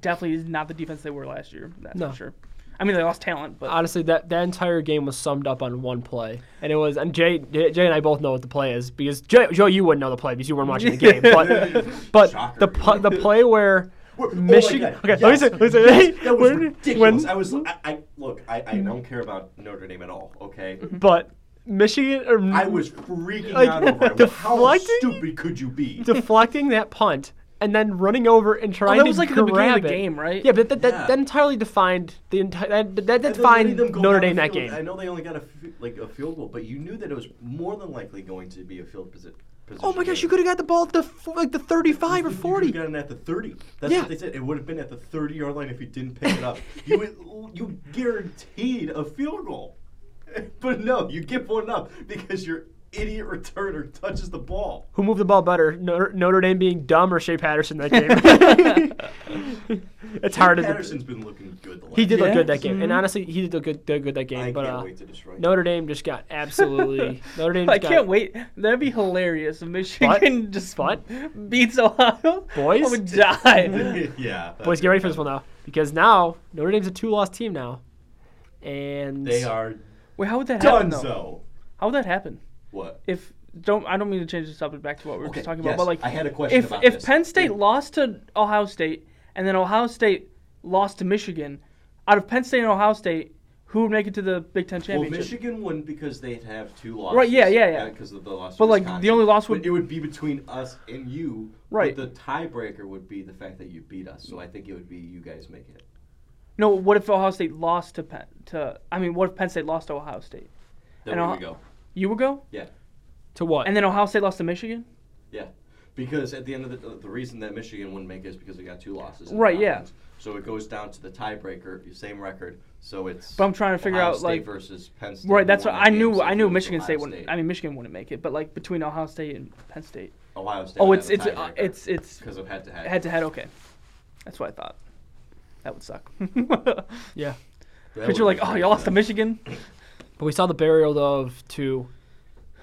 Speaker 1: definitely is not the defense they were last year. That's
Speaker 2: No.
Speaker 1: for sure. I mean they lost talent, but
Speaker 2: Honestly, that, that entire game was summed up on one play, and it was. And Jay, Jay and I both know what the play is because Jay, Joe, you wouldn't know the play because you weren't watching the game. But but
Speaker 3: Shocker.
Speaker 2: the pu- the play where
Speaker 3: We're- oh my
Speaker 2: Michigan.
Speaker 3: God,
Speaker 2: okay, let me
Speaker 3: yes,
Speaker 2: say. Let me say
Speaker 3: That was
Speaker 2: when-
Speaker 3: ridiculous.
Speaker 2: when-
Speaker 3: I was, I, I look, I, I
Speaker 2: Mm-hmm.
Speaker 3: don't care about Notre Dame at all. Okay,
Speaker 2: but Michigan or
Speaker 3: I was freaking
Speaker 2: Like,
Speaker 3: out over it. How
Speaker 2: deflecting?
Speaker 3: stupid could you be?
Speaker 2: deflecting that punt and then running over and trying
Speaker 1: that
Speaker 2: to
Speaker 1: was, like, at
Speaker 2: grab
Speaker 1: the beginning of
Speaker 2: it.
Speaker 1: the game, right?
Speaker 2: Yeah, but that, that,
Speaker 3: Yeah.
Speaker 2: that entirely defined the entire that that, that
Speaker 3: And then
Speaker 2: defined
Speaker 3: letting them go
Speaker 2: Notre
Speaker 3: down
Speaker 2: Dame
Speaker 3: the
Speaker 2: that
Speaker 3: field.
Speaker 2: game.
Speaker 3: I know they only got a f- like a field goal, but you knew that it was more than likely going to be a field posi- position.
Speaker 2: Oh my gosh, you
Speaker 3: game.
Speaker 2: could have got the ball at the f- like the 35 or
Speaker 3: You could've
Speaker 2: 40.
Speaker 3: gotten it at the thirty. That's
Speaker 2: Yeah.
Speaker 3: what they said. It would have been at the thirty-yard line if you didn't pick it up. you would- you guaranteed a field goal, but no, you give one up because your idiot returner touches the ball.
Speaker 2: Who moved the ball better, Notre, Notre Dame being dumb or Shea Patterson that game? it's hard to.
Speaker 3: Patterson's been looking good. The last
Speaker 2: He did look
Speaker 1: Yeah.
Speaker 2: good that game, and honestly, he did look good, did good that game.
Speaker 3: Mm-hmm. I
Speaker 2: but
Speaker 3: can't
Speaker 2: uh,
Speaker 3: wait to destroy. him.
Speaker 2: Notre Dame just got absolutely. Notre Dame. Just
Speaker 1: I
Speaker 2: got,
Speaker 1: can't wait. That'd be hilarious. If Michigan just
Speaker 2: But-
Speaker 1: beats Ohio.
Speaker 2: Boys?
Speaker 1: I would die.
Speaker 3: yeah. that'd
Speaker 2: Boys,
Speaker 3: be
Speaker 2: get ready for
Speaker 3: bad.
Speaker 2: this one now, because now Notre Dame's a two-loss team now, and
Speaker 3: They are
Speaker 1: Wait, how would that happen
Speaker 3: done.
Speaker 1: though?
Speaker 3: So
Speaker 1: How would that happen?
Speaker 3: what?
Speaker 1: If don't I don't mean to change the subject back to what we were
Speaker 3: Okay,
Speaker 1: just talking about,
Speaker 3: yes,
Speaker 1: but like
Speaker 3: I had a question
Speaker 1: if
Speaker 3: about
Speaker 1: if
Speaker 3: this.
Speaker 1: Penn State lost to Ohio State and then Ohio State lost to Michigan, out of Penn State and Ohio State, who would make it to the Big Ten
Speaker 3: Well,
Speaker 1: championship?
Speaker 3: Michigan wouldn't because they'd have two losses.
Speaker 1: Right, yeah, yeah, yeah.
Speaker 3: Because of the loss. to
Speaker 1: But, like, the
Speaker 3: Wisconsin.
Speaker 1: only loss
Speaker 3: But
Speaker 1: would-
Speaker 3: it would be between us and you.
Speaker 1: Right.
Speaker 3: But the tiebreaker would be the fact that you beat us. So I think it would be you guys make it.
Speaker 1: No, what if Ohio State lost to Penn? To I mean, what if Penn State lost to Ohio State?
Speaker 3: Then
Speaker 1: And
Speaker 3: we
Speaker 1: I'll-
Speaker 3: would go.
Speaker 1: You would go,
Speaker 3: Yeah.
Speaker 2: to what?
Speaker 1: and then Ohio State lost to Michigan.
Speaker 3: Yeah, because at the end of the the reason that Michigan wouldn't make it is because they got two losses. in the
Speaker 1: Right, yeah.
Speaker 3: conference. So it goes down to the tiebreaker, same record. So it's.
Speaker 1: But I'm trying to figure
Speaker 3: Ohio
Speaker 1: out,
Speaker 3: State
Speaker 1: like-
Speaker 3: versus Penn State.
Speaker 1: Right, that's
Speaker 3: who
Speaker 1: what
Speaker 3: won that
Speaker 1: I
Speaker 3: game,
Speaker 1: knew.
Speaker 3: so
Speaker 1: I
Speaker 3: it's
Speaker 1: knew
Speaker 3: Michigan
Speaker 1: Michigan State
Speaker 3: Ohio
Speaker 1: wouldn't. I mean, Michigan wouldn't make it, but like between Ohio State and Penn State.
Speaker 3: Ohio State.
Speaker 1: Oh, it's it's uh, it's it's
Speaker 3: because of head to
Speaker 1: head
Speaker 3: head.
Speaker 1: to head. Okay, that's what I thought. That would suck. but
Speaker 2: yeah.
Speaker 1: you're like, oh, you lost to Michigan.
Speaker 2: But we saw the burial of two,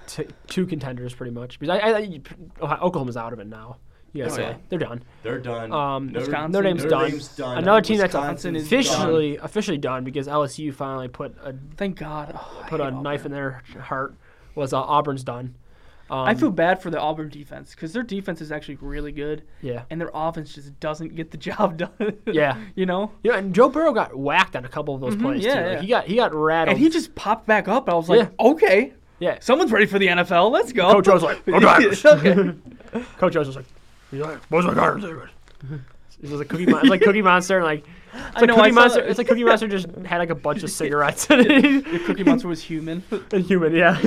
Speaker 2: t- two contenders pretty much. Because I, I, I- Ohio- Oklahoma's out of it now. You guys
Speaker 3: Oh,
Speaker 2: say
Speaker 3: yeah.
Speaker 2: they're done.
Speaker 3: They're done.
Speaker 2: Um,
Speaker 3: Notre-
Speaker 1: Wisconsin-
Speaker 2: Notre Dame's
Speaker 3: Notre
Speaker 2: done.
Speaker 3: Dame's done.
Speaker 2: Another team
Speaker 1: Wisconsin
Speaker 2: that's
Speaker 1: is
Speaker 2: officially officially done because LSU finally put a
Speaker 1: Thank God. Oh, I
Speaker 2: put a
Speaker 1: hate
Speaker 2: knife
Speaker 1: Auburn.
Speaker 2: in their heart. Was uh, Auburn's done? Um,
Speaker 1: I feel bad for the Auburn defense because their defense is actually really good,
Speaker 2: yeah.
Speaker 1: and their offense just doesn't get the job done.
Speaker 2: Yeah.
Speaker 1: you know.
Speaker 2: You know, and Joe Burrow got whacked on a couple of those plays
Speaker 1: Mm-hmm, yeah,
Speaker 2: too. Like,
Speaker 1: yeah.
Speaker 2: He got he got rattled.
Speaker 1: And he just popped back up. I was like, okay,
Speaker 2: yeah.
Speaker 1: someone's ready for the NFL. Let's go.
Speaker 2: Coach O's like, "Go Tigers."
Speaker 1: okay.
Speaker 2: Coach O's was like, he's like, "What's my card?" It was like Cookie Monster, like Cookie Monster, and like it's like
Speaker 1: know, I
Speaker 2: Cookie
Speaker 1: saw
Speaker 2: Monster.
Speaker 1: that.
Speaker 2: It's like Cookie Monster just had like a bunch of cigarettes in it.
Speaker 1: Cookie Monster was human.
Speaker 2: A human, yeah.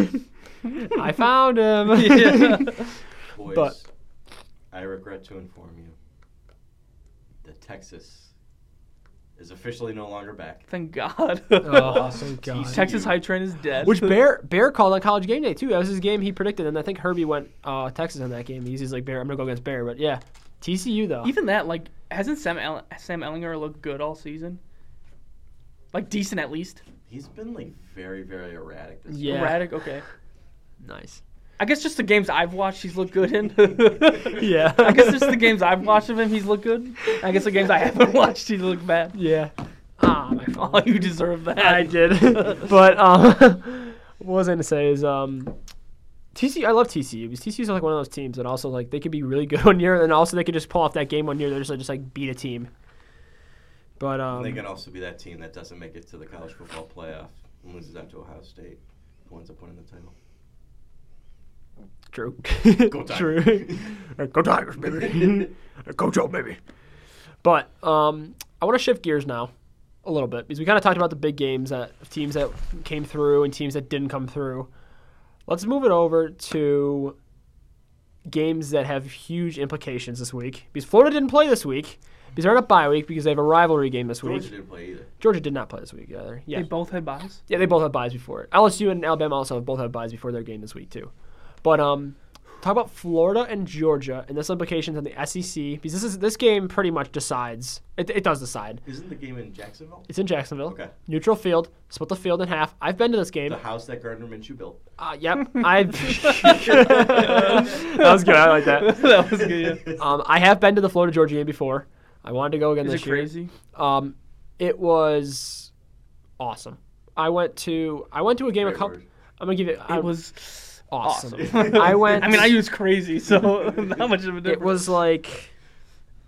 Speaker 2: I found him.
Speaker 1: Yeah.
Speaker 3: Boys,
Speaker 2: But-
Speaker 3: I regret to inform you the Texas is officially no longer back.
Speaker 1: Thank God.
Speaker 2: Oh, thank
Speaker 3: Jeez.
Speaker 2: God.
Speaker 1: Texas hype train is dead.
Speaker 2: Which Bear Bear called on college game day too. That was his game he predicted, and I think Herbie went uh, Texas on that game. He's, he's like Bear. I'm gonna go against Bear, but yeah, TCU though.
Speaker 1: Even that, like, hasn't Sam El- Sam Ellinger looked good all season? Like decent at least.
Speaker 3: He's been like very, very erratic this
Speaker 2: Yeah.
Speaker 1: Erratic. Okay.
Speaker 2: Nice.
Speaker 1: I guess just the games I've watched, he's looked good in.
Speaker 2: Yeah.
Speaker 1: I guess just the games I've watched of him, he's looked good. I guess the games I haven't watched, he's looked bad.
Speaker 2: Yeah. Ah, my fault.
Speaker 1: Oh, you deserve that.
Speaker 2: I did. but um, what was I gonna say is um, TCU. I love TCU because TCU is like one of those teams that also like they could be really good one year, and then also they could just pull off that game one year. They're just like, just like beat a team. But um,
Speaker 3: They can also be that team that doesn't make it to the college football playoff and loses out to Ohio State, who ends up winning the title.
Speaker 2: True.
Speaker 3: Go Tigers.
Speaker 2: True. Uh, Go Tigers, baby. Uh, Go Joe, baby. But um, I want to shift gears now a little bit because we kind of talked about the big games that teams that came through and teams that didn't come through. Let's move it over to games that have huge implications this week because Florida didn't play this week because they're on a bye week because they have a rivalry game this
Speaker 3: Georgia
Speaker 2: week.
Speaker 3: didn't play either.
Speaker 2: Georgia did not play this week either. Yeah,
Speaker 1: They both had buys.
Speaker 2: yeah, they both have buys before. it. LSU and Alabama also have both have buys before their game this week too. But um, talk about Florida and Georgia and this implications on the SEC because this is this game pretty much decides. It, it does decide.
Speaker 3: Isn't the game in Jacksonville?
Speaker 2: It's in Jacksonville,
Speaker 3: Okay.
Speaker 2: neutral field. Split the field in half. I've been to this game.
Speaker 3: The house that Gardner Minshew built.
Speaker 2: Uh, yep, I've. that was good. I like that.
Speaker 1: that was good. Yeah.
Speaker 2: Um, I have been to the Florida Georgia game before. I wanted to go again
Speaker 1: Is it
Speaker 2: this year.
Speaker 1: crazy?
Speaker 2: Um, it was awesome. I went to I went to a game a
Speaker 3: Great
Speaker 2: couple.
Speaker 3: word.
Speaker 2: I'm gonna give it. I,
Speaker 1: It was
Speaker 2: Um, awesome.
Speaker 1: awesome.
Speaker 2: I went.
Speaker 1: I mean, I use crazy, so not much of a difference.
Speaker 2: It was like,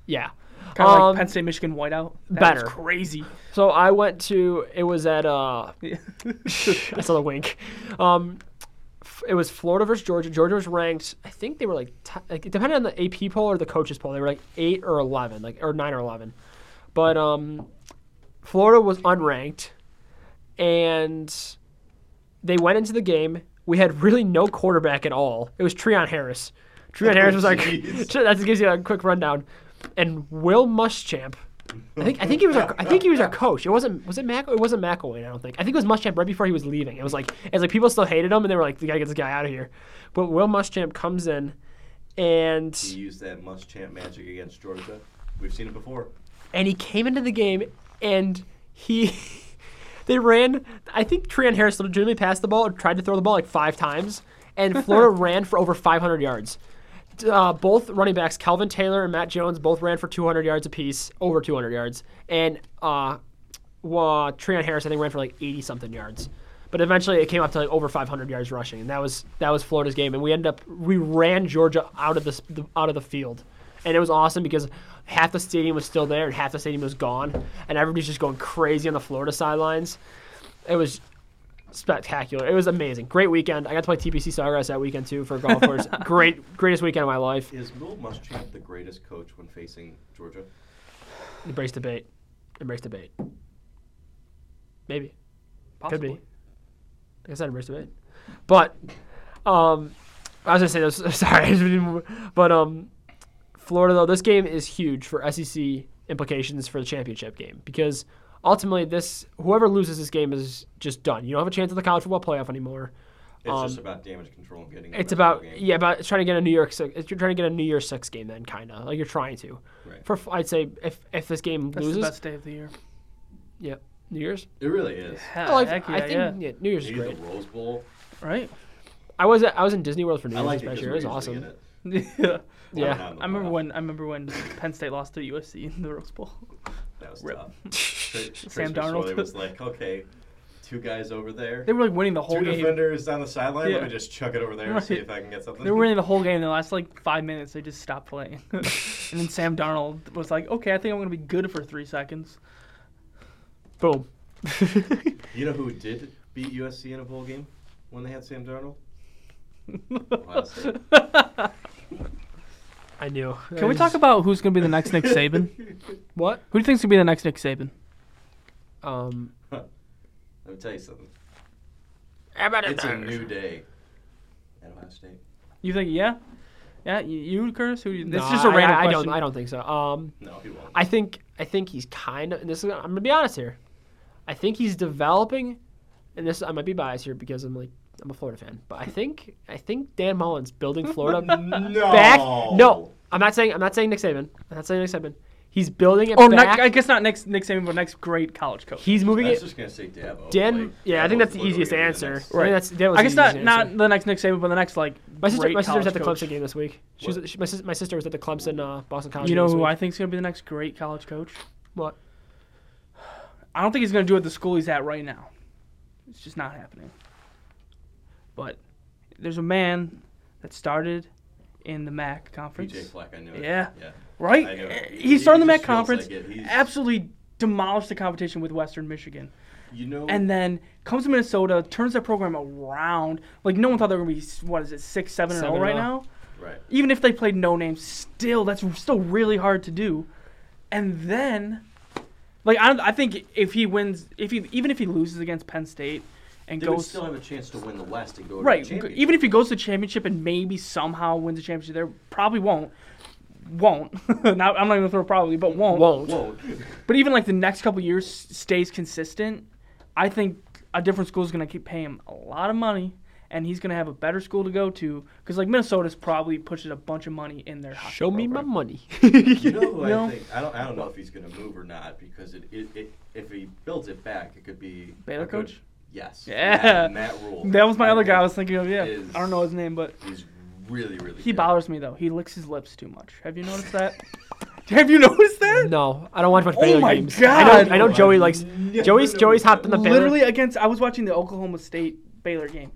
Speaker 2: yeah.
Speaker 1: kind of
Speaker 2: um,
Speaker 1: like Penn State, Michigan whiteout. That
Speaker 2: better.
Speaker 1: was crazy.
Speaker 2: So I went to. It was at. Uh, I saw the wink. Um, f- it was Florida versus Georgia. Georgia was ranked. I think they were like, t- like it depended on the AP poll or the coaches poll. They were like eight or eleven, like or nine or eleven. But um, Florida was unranked, and they went into the game. We had really no quarterback at all. It was Treon Harris. Treon Harris was like,
Speaker 3: Jeez.
Speaker 2: that just gives you a quick rundown. And Will Muschamp, I think I think he was our, I think he was our coach. It wasn't was it Mac it wasn't McElwain. I don't think. I think it was Muschamp right before he was leaving. It was like it was like people still hated him and they were like, we gotta get this guy out of here. But Will Muschamp comes in, and
Speaker 3: He used that must champ magic against Georgia. We've seen it before.
Speaker 2: and he came into the game and he they ran I think Treon Harris legitimately passed the ball and tried to throw the ball like five times and Florida ran for over 500 yards. D- Uh, both running backs, Calvin Taylor and Matt Jones, both ran for 200 yards apiece, over 200 yards, and uh, wa Treon Harris I think ran for like 80 something yards. But eventually it came up to like over 500 yards rushing, and that was that was Florida's game. And we ended up we ran Georgia out of the, s- the out of the field, and it was awesome because half the stadium was still there and half the stadium was gone, and everybody's just going crazy on the Florida sidelines. It was spectacular. It was amazing. Great weekend. I got to play TPC Sawgrass that weekend too for golfers. Great, greatest weekend of my life.
Speaker 3: Is Will Muschamp the greatest coach when facing Georgia?
Speaker 2: Embrace debate. Embrace debate. Maybe.
Speaker 1: Possibly.
Speaker 2: Could be. I guess I'd embrace debate. But um, I was gonna say this. Sorry, I just didn't- but um, Florida though, this game is huge for SEC implications for the championship game because ultimately this whoever loses this game is just done. You don't have a chance at the college football playoff anymore.
Speaker 3: It's
Speaker 2: Um,
Speaker 3: just about damage control and getting. the
Speaker 2: It's
Speaker 3: best ball
Speaker 2: about
Speaker 3: game.
Speaker 2: yeah, about trying to get a New York six. You're trying to get a New Year's six game then, kind of like you're trying to.
Speaker 3: Right.
Speaker 2: For I'd say if if this game
Speaker 1: That's
Speaker 2: loses,
Speaker 1: the best day of the year.
Speaker 2: yeah, New Year's.
Speaker 3: It really is.
Speaker 1: Hell,
Speaker 2: Oh,
Speaker 1: Ah,
Speaker 2: I,
Speaker 1: Uh, heck yeah,
Speaker 2: I think
Speaker 1: yeah.
Speaker 2: yeah, New Year's is
Speaker 3: Maybe the
Speaker 2: great.
Speaker 3: Rose Bowl.
Speaker 1: Right?
Speaker 2: I was at, I was in Disney World for New
Speaker 3: I
Speaker 2: Year's
Speaker 3: like it.
Speaker 2: last
Speaker 3: 'cause
Speaker 2: year.
Speaker 3: we're
Speaker 2: It was
Speaker 3: usually
Speaker 2: awesome.
Speaker 3: in it.
Speaker 1: yeah.
Speaker 3: Well,
Speaker 2: Yeah.
Speaker 3: not in the
Speaker 1: I remember
Speaker 3: playoff.
Speaker 1: when I remember when Penn State lost to USC in the Rose Bowl.
Speaker 3: That was
Speaker 1: Rip.
Speaker 3: tough. Tra-
Speaker 1: Sam
Speaker 3: Trace
Speaker 1: Darnold.
Speaker 3: McSorley was like, okay, two guys over there.
Speaker 1: They were like winning the whole
Speaker 3: Two
Speaker 1: game.
Speaker 3: defenders down the sideline. Let
Speaker 1: Yeah.
Speaker 3: me just chuck it over there and
Speaker 1: Right.
Speaker 3: see if I can get something.
Speaker 1: They were winning the whole game. In the last like five minutes, they just stopped playing. and then Sam Darnold was like, "Okay, I think I'm gonna be good for three seconds."
Speaker 2: Boom.
Speaker 3: You know who did beat USC in a bowl game when they had Sam Darnold? Ohio State.
Speaker 2: I knew.
Speaker 1: Can we talk about who's gonna be the next Nick Saban?
Speaker 2: what?
Speaker 1: Who do you think's gonna be the next Nick Saban?
Speaker 2: Um,
Speaker 3: Let me tell you something.
Speaker 2: about
Speaker 3: It's a new day at Ohio State.
Speaker 1: You think? Yeah. Yeah, you, you Curtis? Who? do you- This
Speaker 2: Nah,
Speaker 1: is just a
Speaker 2: I-
Speaker 1: random
Speaker 2: I, I
Speaker 1: question.
Speaker 2: don't. I don't think so. Um,
Speaker 3: No, he won't.
Speaker 2: I think I think he's kind of. And this is I'm gonna be honest here. I think he's developing, and this I might be biased here because I'm like I'm a Florida fan, but I think I think Dan Mullen's building Florida
Speaker 3: no.
Speaker 2: back.
Speaker 3: Oh.
Speaker 2: No, I'm not saying I'm not saying Nick Saban. I'm not saying Nick Saban. He's building it
Speaker 1: Or
Speaker 2: back.
Speaker 1: not, Oh, I guess not next next Saban, but next great college coach.
Speaker 2: he's
Speaker 3: I
Speaker 2: moving
Speaker 3: was
Speaker 2: it.
Speaker 3: just gonna say Dabo.
Speaker 2: Dan.
Speaker 3: like,
Speaker 2: yeah, I think
Speaker 3: Dabo's
Speaker 2: that's the
Speaker 3: literally
Speaker 2: easiest
Speaker 3: gonna be
Speaker 2: answer.
Speaker 3: next-
Speaker 1: Right.
Speaker 2: I think that's, that was
Speaker 1: I
Speaker 2: the
Speaker 1: guess not
Speaker 2: easiest
Speaker 1: not
Speaker 2: answer.
Speaker 1: the next next Saban, but the next like
Speaker 2: My sister,
Speaker 1: great
Speaker 2: my sister's
Speaker 1: college
Speaker 2: at the
Speaker 1: coach.
Speaker 2: Clemson game this week. She was, she, my, sis, my sister was at the Clemson uh, Boston College.
Speaker 1: You
Speaker 2: game
Speaker 1: know
Speaker 2: this
Speaker 1: who
Speaker 2: week.
Speaker 1: I think is going to be the next great college coach?
Speaker 2: What?
Speaker 1: I don't think he's going to do it at the school he's at right now. It's just not happening. But there's a man that started in the MAC conference,
Speaker 3: PJ Fleck, I knew it.
Speaker 1: Yeah.
Speaker 3: Yeah.
Speaker 1: right?
Speaker 3: I know.
Speaker 1: He
Speaker 3: He-
Speaker 1: started in the
Speaker 3: he
Speaker 1: MAC
Speaker 3: just feels
Speaker 1: conference,
Speaker 3: like it. He's-
Speaker 1: absolutely demolished the competition with Western Michigan,
Speaker 3: You know.
Speaker 1: and then comes to Minnesota, turns that program around. Like no one thought they were going to be what is it six, seven, and
Speaker 2: Seven
Speaker 1: zero right
Speaker 2: and oh.
Speaker 1: now.
Speaker 3: right.
Speaker 1: even if they played no names, still that's still really hard to do. And then, like I, don't, I think if he wins, if he even if he loses against Penn State and
Speaker 3: They would
Speaker 1: goes
Speaker 3: still have a chance to win the West and go
Speaker 1: right,
Speaker 3: to
Speaker 1: g-
Speaker 3: the championship.
Speaker 1: even if he goes to the championship and maybe somehow wins the championship, there probably won't, won't. not, I'm not even gonna throw probably, but won't.
Speaker 2: Won't.
Speaker 3: Whoa.
Speaker 1: But even like the next couple years stays consistent, I think a different school is going to keep paying him a lot of money, and he's going to have a better school to go to because like Minnesota's probably pushes a bunch of money in their. hockey
Speaker 2: Show me my
Speaker 1: program.
Speaker 2: money.
Speaker 3: You know who
Speaker 1: No.
Speaker 3: I think? I don't. I don't know if he's going to move or not because it, it, it. If he builds it back, it could be
Speaker 1: Baylor
Speaker 3: a good-
Speaker 1: coach?
Speaker 3: Yes.
Speaker 1: Yeah.
Speaker 3: Matt, Matt Rule.
Speaker 1: That was my
Speaker 3: I
Speaker 1: other guy I
Speaker 3: think
Speaker 1: was thinking of. Yeah,
Speaker 3: is-
Speaker 1: I don't know his name, but
Speaker 3: He's really, really.
Speaker 1: he
Speaker 3: good.
Speaker 1: bothers me though. He licks his lips too much. Have you noticed that? have you noticed that?
Speaker 2: No, I don't watch much
Speaker 1: Oh
Speaker 2: Baylor
Speaker 1: my
Speaker 2: games. I
Speaker 1: God.
Speaker 2: know, I know
Speaker 1: No,
Speaker 2: Joey
Speaker 3: I've
Speaker 2: likes.
Speaker 3: never
Speaker 2: Joey's Joey's
Speaker 3: noticed
Speaker 2: hopped in the Baylor.
Speaker 1: Literally against. I was watching the Oklahoma State Baylor game.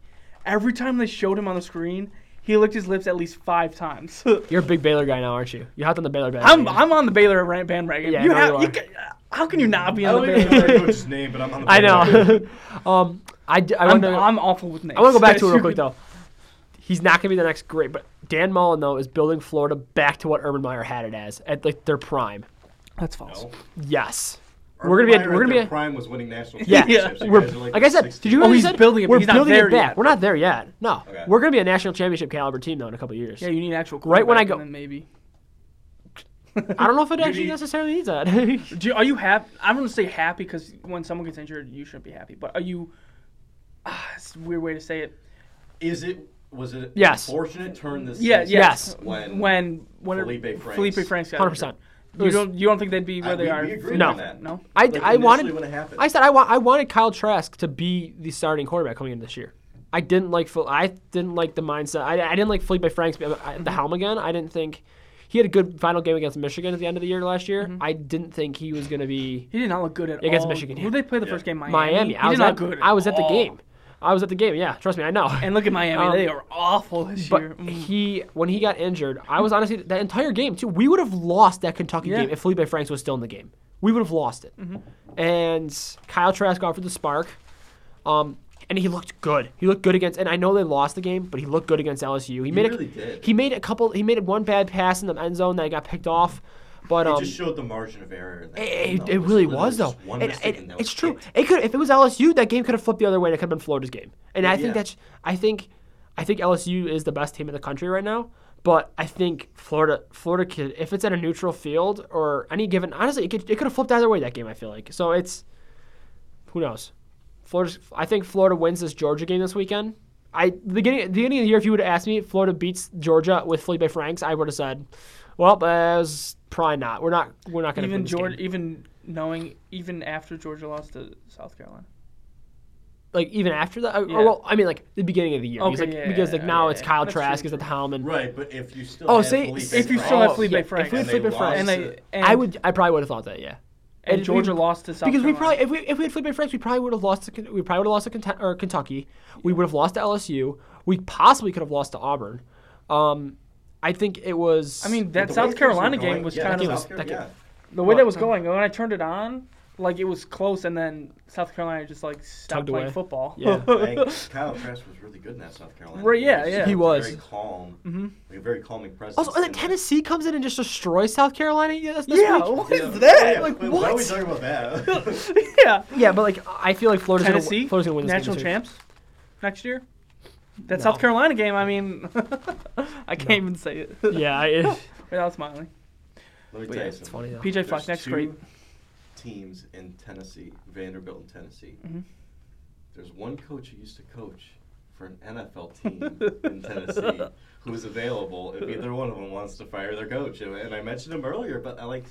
Speaker 1: Every time they showed him on the screen, he licked his lips at least five times.
Speaker 2: You're a big Baylor guy now, aren't you? You hopped on the Baylor bandwagon.
Speaker 1: I'm I'm on the Baylor ran- bandwagon.
Speaker 2: Yeah,
Speaker 1: you
Speaker 2: no,
Speaker 1: have,
Speaker 2: you
Speaker 1: you
Speaker 2: are. Oh,
Speaker 1: ca- how can you not be
Speaker 3: I
Speaker 1: on the
Speaker 3: don't even
Speaker 1: Baylor?
Speaker 3: know the coach's name, but I'm on the.
Speaker 2: I
Speaker 3: bandwagon.
Speaker 2: know. um, I, d- I
Speaker 1: I'm,
Speaker 2: wonder.
Speaker 1: I'm awful with names.
Speaker 2: I want to go back to it real quick though. He's not gonna be the next great, but Dan Mullen though is building Florida back to what Urban Meyer had it as at like their prime.
Speaker 1: That's false.
Speaker 3: No.
Speaker 2: Yes, we're gonna be a,
Speaker 3: Urban
Speaker 2: we're
Speaker 3: Meyer at
Speaker 2: gonna be
Speaker 3: their
Speaker 2: a,
Speaker 3: prime was winning national
Speaker 2: yeah.
Speaker 3: championships. You
Speaker 2: We're,
Speaker 3: guys are
Speaker 2: like,
Speaker 3: like
Speaker 2: I said,
Speaker 3: 16.
Speaker 2: did you hear
Speaker 1: Oh,
Speaker 2: what he
Speaker 1: he's
Speaker 2: said?
Speaker 1: building it, but
Speaker 2: We're
Speaker 1: he's not
Speaker 2: building
Speaker 1: there
Speaker 2: it back.
Speaker 1: yet.
Speaker 2: We're not there yet. No,
Speaker 3: Okay.
Speaker 2: we're gonna be a national championship caliber team though in a couple years.
Speaker 1: Yeah, you need an actual
Speaker 2: Right when I
Speaker 1: quarterback,
Speaker 2: go-
Speaker 1: and then maybe.
Speaker 2: I don't know if it actually
Speaker 3: need-
Speaker 2: necessarily needs that.
Speaker 1: Do you, are you happy? I'm gonna say happy because when someone gets injured, you shouldn't be happy. But are you? Ah, it's a weird way to say it.
Speaker 3: Is it? Was it?
Speaker 2: Yes.
Speaker 3: Fortunate turn this.
Speaker 1: Yeah,
Speaker 3: season
Speaker 1: yes.
Speaker 2: Yes.
Speaker 3: When-
Speaker 1: when when
Speaker 3: Felipe Franks.
Speaker 1: Felipe Franks got
Speaker 2: 100%.
Speaker 1: injured. You don't you don't think they'd be where
Speaker 3: I-
Speaker 1: they
Speaker 3: we-
Speaker 1: are?
Speaker 3: we agreed
Speaker 2: No.
Speaker 3: on that.
Speaker 1: no.
Speaker 2: I,
Speaker 3: Like,
Speaker 2: I
Speaker 3: initially
Speaker 2: wanted
Speaker 3: when it happened.
Speaker 2: I said I want I wanted Kyle Trask to be the starting quarterback coming into this year. I didn't like Phil- I didn't like the mindset. I, I didn't like Felipe Franks be- at the helm again. I didn't think he had a good final game against Michigan at the end of the year last year.
Speaker 1: Mm-hmm.
Speaker 2: I didn't think he was going to be
Speaker 1: He did not look good at all.
Speaker 2: Against Michigan,
Speaker 1: Who
Speaker 2: yeah.
Speaker 1: they play the
Speaker 3: Yeah.
Speaker 1: first game? Miami.
Speaker 2: Miami.
Speaker 1: He
Speaker 2: I
Speaker 1: did
Speaker 2: was
Speaker 1: not
Speaker 2: at,
Speaker 1: good.
Speaker 2: I was at the
Speaker 1: all.
Speaker 2: game. I was at the game. Yeah, trust me, I know.
Speaker 1: And look at Miami.
Speaker 2: Um,
Speaker 1: they are awful this
Speaker 2: but
Speaker 1: year. Mm.
Speaker 2: he when he got injured, I was honestly that entire game too. We would have lost that Kentucky
Speaker 1: Yeah. Mm-hmm.
Speaker 2: game if Felipe Franks was still in the game. We would have lost it. And Kyle Trask offered the spark, um, and he looked good. He looked good against. And I know they lost the game, but he looked good against LSU. He, made
Speaker 3: really
Speaker 2: a,
Speaker 3: did.
Speaker 2: He made a couple. He made one bad pass in the end zone that got picked off. But
Speaker 3: It
Speaker 2: um,
Speaker 3: just showed the margin of error. in that game,
Speaker 2: it,
Speaker 3: though.
Speaker 2: it, it
Speaker 3: was
Speaker 2: really
Speaker 3: literally
Speaker 2: was though.
Speaker 3: just one
Speaker 2: It-
Speaker 3: mistake
Speaker 2: it-
Speaker 3: and that
Speaker 2: it's
Speaker 3: was
Speaker 2: true.
Speaker 3: it.
Speaker 2: It could if it was LSU, that game could have flipped the other way. and It could have been Florida's game. And I
Speaker 3: Yeah.
Speaker 2: think that's I think I think LSU is the best team in the country right now. But I think Florida Florida could if it's at a neutral field or any given honestly it could it could have flipped either way that game. I feel like so it's who knows. Florida's, I think Florida wins this Georgia game this weekend. I beginning at the beginning of the year, if you would have asked me, if Florida beats Georgia with Felipe Franks, I would have said, "Well, that was probably not. We're not. We're not going to
Speaker 1: even
Speaker 2: win this game."
Speaker 1: Georgia, even knowing, even after Georgia lost to South Carolina.
Speaker 2: like even after that. Or,
Speaker 1: Yeah.
Speaker 2: well, I mean, like the beginning of the year. because,
Speaker 1: Okay,
Speaker 2: like,
Speaker 1: yeah,
Speaker 2: because
Speaker 1: yeah,
Speaker 2: like now
Speaker 1: yeah,
Speaker 2: it's
Speaker 1: yeah.
Speaker 2: Kyle
Speaker 1: That's
Speaker 2: Trask
Speaker 1: true,
Speaker 2: is at the helm, and
Speaker 3: Right, but if you still
Speaker 2: oh,
Speaker 3: had
Speaker 2: say
Speaker 3: Felipe
Speaker 1: if you still had
Speaker 3: Franks,
Speaker 1: Felipe
Speaker 2: yeah,
Speaker 1: Franks.
Speaker 2: if we had
Speaker 1: And
Speaker 3: they
Speaker 2: Felipe Franks,
Speaker 3: lost
Speaker 1: And, they,
Speaker 3: it.
Speaker 1: and
Speaker 2: I would, I probably would have thought that, yeah.
Speaker 1: And
Speaker 2: we-
Speaker 1: Georgia lost to South
Speaker 2: because we
Speaker 1: Carolina.
Speaker 2: probably, if we, if we had Felipe Franks, we probably would have lost. To, Ken- we probably would have lost to Kentucky, or Kentucky. We would have lost to LSU. We possibly could have lost to Auburn. Um, I think it was.
Speaker 1: I mean,
Speaker 3: the
Speaker 1: that
Speaker 3: way
Speaker 1: South
Speaker 3: things were
Speaker 1: Carolina
Speaker 3: going-
Speaker 1: game was
Speaker 3: yeah,
Speaker 1: kind
Speaker 2: that
Speaker 1: of
Speaker 2: game was-
Speaker 3: South
Speaker 2: that
Speaker 3: Carolina-
Speaker 2: game-
Speaker 1: the way that was
Speaker 2: Well,
Speaker 1: going. When I turned it on, like it was close, and then South Carolina just like stopped
Speaker 2: Tugged
Speaker 1: playing
Speaker 2: away.
Speaker 1: football.
Speaker 2: Yeah.
Speaker 3: yeah. Like, Kyle Trask was really good in that South Carolina.
Speaker 1: Right,
Speaker 3: game.
Speaker 1: yeah,
Speaker 3: just
Speaker 1: yeah.
Speaker 2: He was.
Speaker 3: very calm, like a very calming presence.
Speaker 2: also, and then
Speaker 3: in that.
Speaker 2: Tennessee comes in and just destroys South Carolina. Yeah, this, this
Speaker 1: Yeah,
Speaker 2: week.
Speaker 1: what
Speaker 3: Yeah,
Speaker 1: is
Speaker 3: yeah,
Speaker 1: that?
Speaker 3: yeah.
Speaker 1: Like
Speaker 3: Wait, Why are we
Speaker 1: what?
Speaker 3: talking about that?
Speaker 1: yeah.
Speaker 2: yeah, but like I feel like Florida's
Speaker 1: Tennessee,
Speaker 2: gonna, Florida's gonna win this game
Speaker 1: national
Speaker 2: this week.
Speaker 1: champs next year. That
Speaker 2: No.
Speaker 1: South Carolina game, I mean, I can't even say it
Speaker 2: Yeah, I, it,
Speaker 1: without smiling.
Speaker 3: Let me
Speaker 1: But
Speaker 3: tell
Speaker 1: yeah, it's
Speaker 3: you
Speaker 2: it's
Speaker 3: something.
Speaker 2: funny though.
Speaker 1: PJ
Speaker 3: There's
Speaker 1: Fleck, next
Speaker 3: two
Speaker 1: great.
Speaker 3: Teams in Tennessee, Vanderbilt in Tennessee.
Speaker 1: Mhm.
Speaker 3: There's one coach who used to coach for an NFL team in Tennessee who's available if either one of them wants to fire their coach. And, and I mentioned him earlier, but I like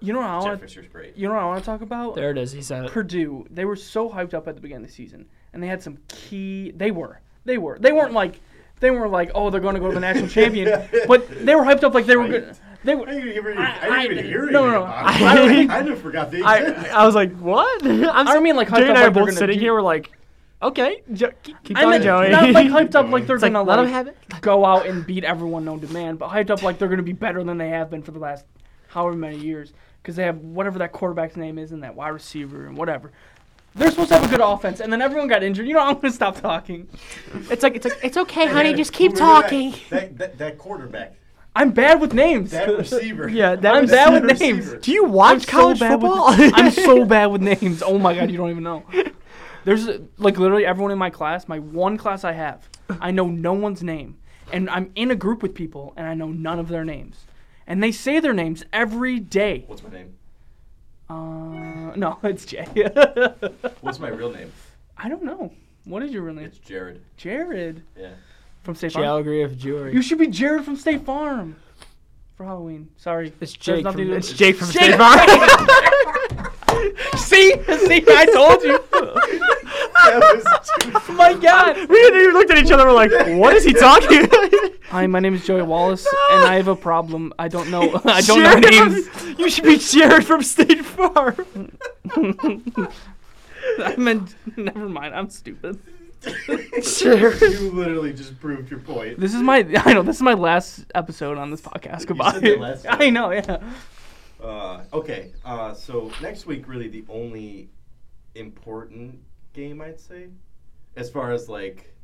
Speaker 1: You know what I
Speaker 3: Jeff
Speaker 1: want?
Speaker 3: Fisher's great.
Speaker 1: You know what I want to talk about?
Speaker 2: There it is. He said it.
Speaker 1: Purdue. They were so hyped up at the beginning of the season, and they had some key. They were. They were. They weren't like. They were like, oh, they're going to go to the national champion, but they were hyped up like they were good. They were.
Speaker 3: I didn't even,
Speaker 1: I- I-
Speaker 3: I didn't even hear
Speaker 1: no,
Speaker 3: anything
Speaker 1: no, no.
Speaker 3: about it.
Speaker 2: I-
Speaker 3: I, don't think- I never forgot they
Speaker 2: I,
Speaker 3: existed.
Speaker 2: I was like, what? I'm
Speaker 1: I mean, like, hyped
Speaker 2: Joey
Speaker 1: up like
Speaker 2: and I are
Speaker 1: they're
Speaker 2: both
Speaker 1: gonna
Speaker 2: sitting
Speaker 1: do-
Speaker 2: here. We're like, okay, jo- keep, keep
Speaker 1: I
Speaker 2: talking,
Speaker 1: meant
Speaker 2: Joey.
Speaker 1: not like hyped up like they're
Speaker 2: It's like,
Speaker 1: gonna
Speaker 2: let
Speaker 1: like,
Speaker 2: him have it.
Speaker 1: go out and beat everyone known to man, but hyped up like they're gonna be better than they have been for the last however many years because they have whatever that quarterback's name is and that wide receiver and whatever. They're supposed to have a good offense, and then everyone got injured. You know, I'm gonna stop talking.
Speaker 2: It's like, it's like, it's okay, honey.
Speaker 3: Yeah,
Speaker 2: Just keep
Speaker 3: remember that-
Speaker 2: talking.
Speaker 3: That, that, that quarterback,
Speaker 1: I'm bad with names.
Speaker 3: that receiver.
Speaker 2: Yeah, that
Speaker 1: I'm
Speaker 2: was-
Speaker 1: bad
Speaker 3: that
Speaker 1: with
Speaker 3: receiver.
Speaker 1: names.
Speaker 2: Do you watch college
Speaker 1: bad
Speaker 2: football?
Speaker 1: With, I'm so bad with names. Oh my god, you don't even know. There's like literally everyone in my class, my one class I have, I know no one's name, and I'm in a group with people and I know none of their names, and they say their names every day.
Speaker 3: What's my name?
Speaker 1: Uh, no, it's Jay.
Speaker 3: What's my real name?
Speaker 1: I don't know. What is your real name?
Speaker 3: It's Jared.
Speaker 1: Jared
Speaker 3: Yeah.
Speaker 1: from State Farm.
Speaker 2: Calgary of Jewelry.
Speaker 1: You should be Jared from State Farm for Halloween. Sorry, There's
Speaker 2: It's Jake.
Speaker 1: nothing
Speaker 2: From,
Speaker 1: to do-
Speaker 2: it's Jake from
Speaker 1: Jake-
Speaker 2: State Farm.
Speaker 1: See, see, I told you.
Speaker 3: That was too
Speaker 1: oh my god.
Speaker 2: we didn't even looked at each other. We're like, what is he talking?
Speaker 1: Hi, my name is Joey Wallace, and I have a problem. I don't know. I don't
Speaker 2: Jared
Speaker 1: know
Speaker 2: from-
Speaker 1: names.
Speaker 2: you should be Jared from State Farm.
Speaker 1: I meant. Never mind. I'm stupid.
Speaker 2: Jared.
Speaker 3: you literally just proved your point.
Speaker 1: This is my. I know. This is my last episode on this podcast. Goodbye.
Speaker 3: that last time.
Speaker 1: I know. Yeah.
Speaker 3: Uh, okay, uh, so next week, really the only important game I'd say, as far as like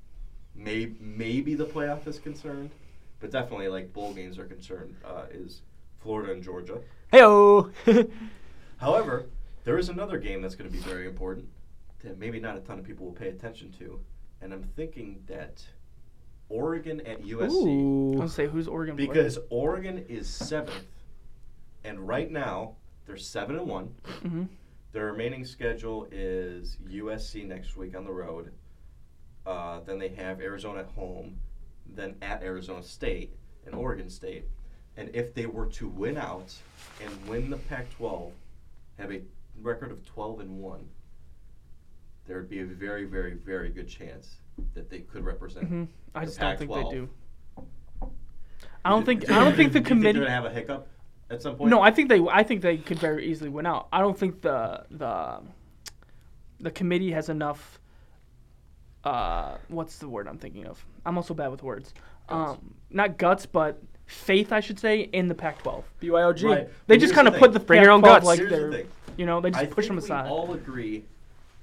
Speaker 3: may- maybe the playoff is concerned, but definitely like bowl games are concerned, uh, is Florida and Georgia.
Speaker 2: Heyo.
Speaker 3: However, there is another game that's going to be very important that maybe not a ton of people will pay attention to, and I'm thinking that Oregon at USC.
Speaker 1: I'll
Speaker 2: Ooh.
Speaker 1: say who's Oregon. playing.
Speaker 3: Because Oregon is seventh, and right now they're seven and one.
Speaker 1: Mhm.
Speaker 3: Their remaining schedule is USC next week on the road. Uh, then they have Arizona at home, then at Arizona State and Oregon State. And if they were to win out and win the Pac-12, have a record of 12 and one, there would be a very, very, very good chance that they could represent.
Speaker 1: Mhm. I
Speaker 3: the
Speaker 1: just don't think they
Speaker 3: Pac-12.
Speaker 1: do. I don't think.
Speaker 3: Do
Speaker 1: I
Speaker 3: you
Speaker 1: don't think the
Speaker 3: do you
Speaker 1: committee.
Speaker 3: they're gonna have a hiccup at some point.
Speaker 1: No, I think they. I think they could very easily win out. I don't think the the the committee has enough. Uh, what's the word I'm thinking of? I'm also bad with words.
Speaker 3: Guts.
Speaker 1: Um, not guts, but faith, I should say, in the Pac-12.
Speaker 2: BYOG.
Speaker 3: Right.
Speaker 1: They
Speaker 3: But
Speaker 1: just
Speaker 3: here's
Speaker 1: kind of
Speaker 3: the
Speaker 1: put the
Speaker 3: thing.
Speaker 2: Bring your own
Speaker 1: Pac-12
Speaker 2: guts.
Speaker 1: Like
Speaker 3: Here's the
Speaker 1: they're,
Speaker 3: thing.
Speaker 1: you know, they just
Speaker 3: I
Speaker 1: push them
Speaker 3: think
Speaker 1: aside.
Speaker 3: We all agree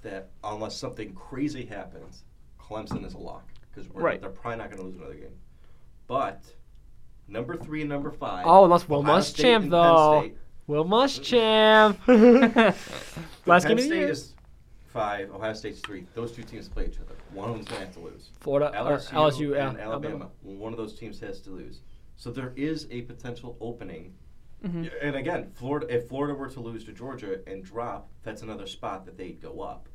Speaker 3: that unless something crazy happens, Clemson is a lock because
Speaker 1: Right.
Speaker 3: they're probably not going to lose another game. But number three and number five.
Speaker 2: Oh, unless Will
Speaker 3: Ohio State
Speaker 2: Muschamp
Speaker 3: and Penn
Speaker 2: though.
Speaker 3: State.
Speaker 2: Will Muschamp.
Speaker 3: But
Speaker 2: Last game of
Speaker 3: Penn
Speaker 2: the
Speaker 3: State
Speaker 2: year.
Speaker 3: is five. Ohio State's three. Those two teams play each other. One of them's going to have to lose.
Speaker 2: Florida. or
Speaker 3: LSU,
Speaker 2: LSU. yeah,
Speaker 3: and Alabama. One of those teams has to lose. So there is a potential opening.
Speaker 1: Mhm.
Speaker 2: Mm-hmm.
Speaker 3: Y- And again, Florida. If Florida were to lose to Georgia and drop, that's another spot that they'd go up.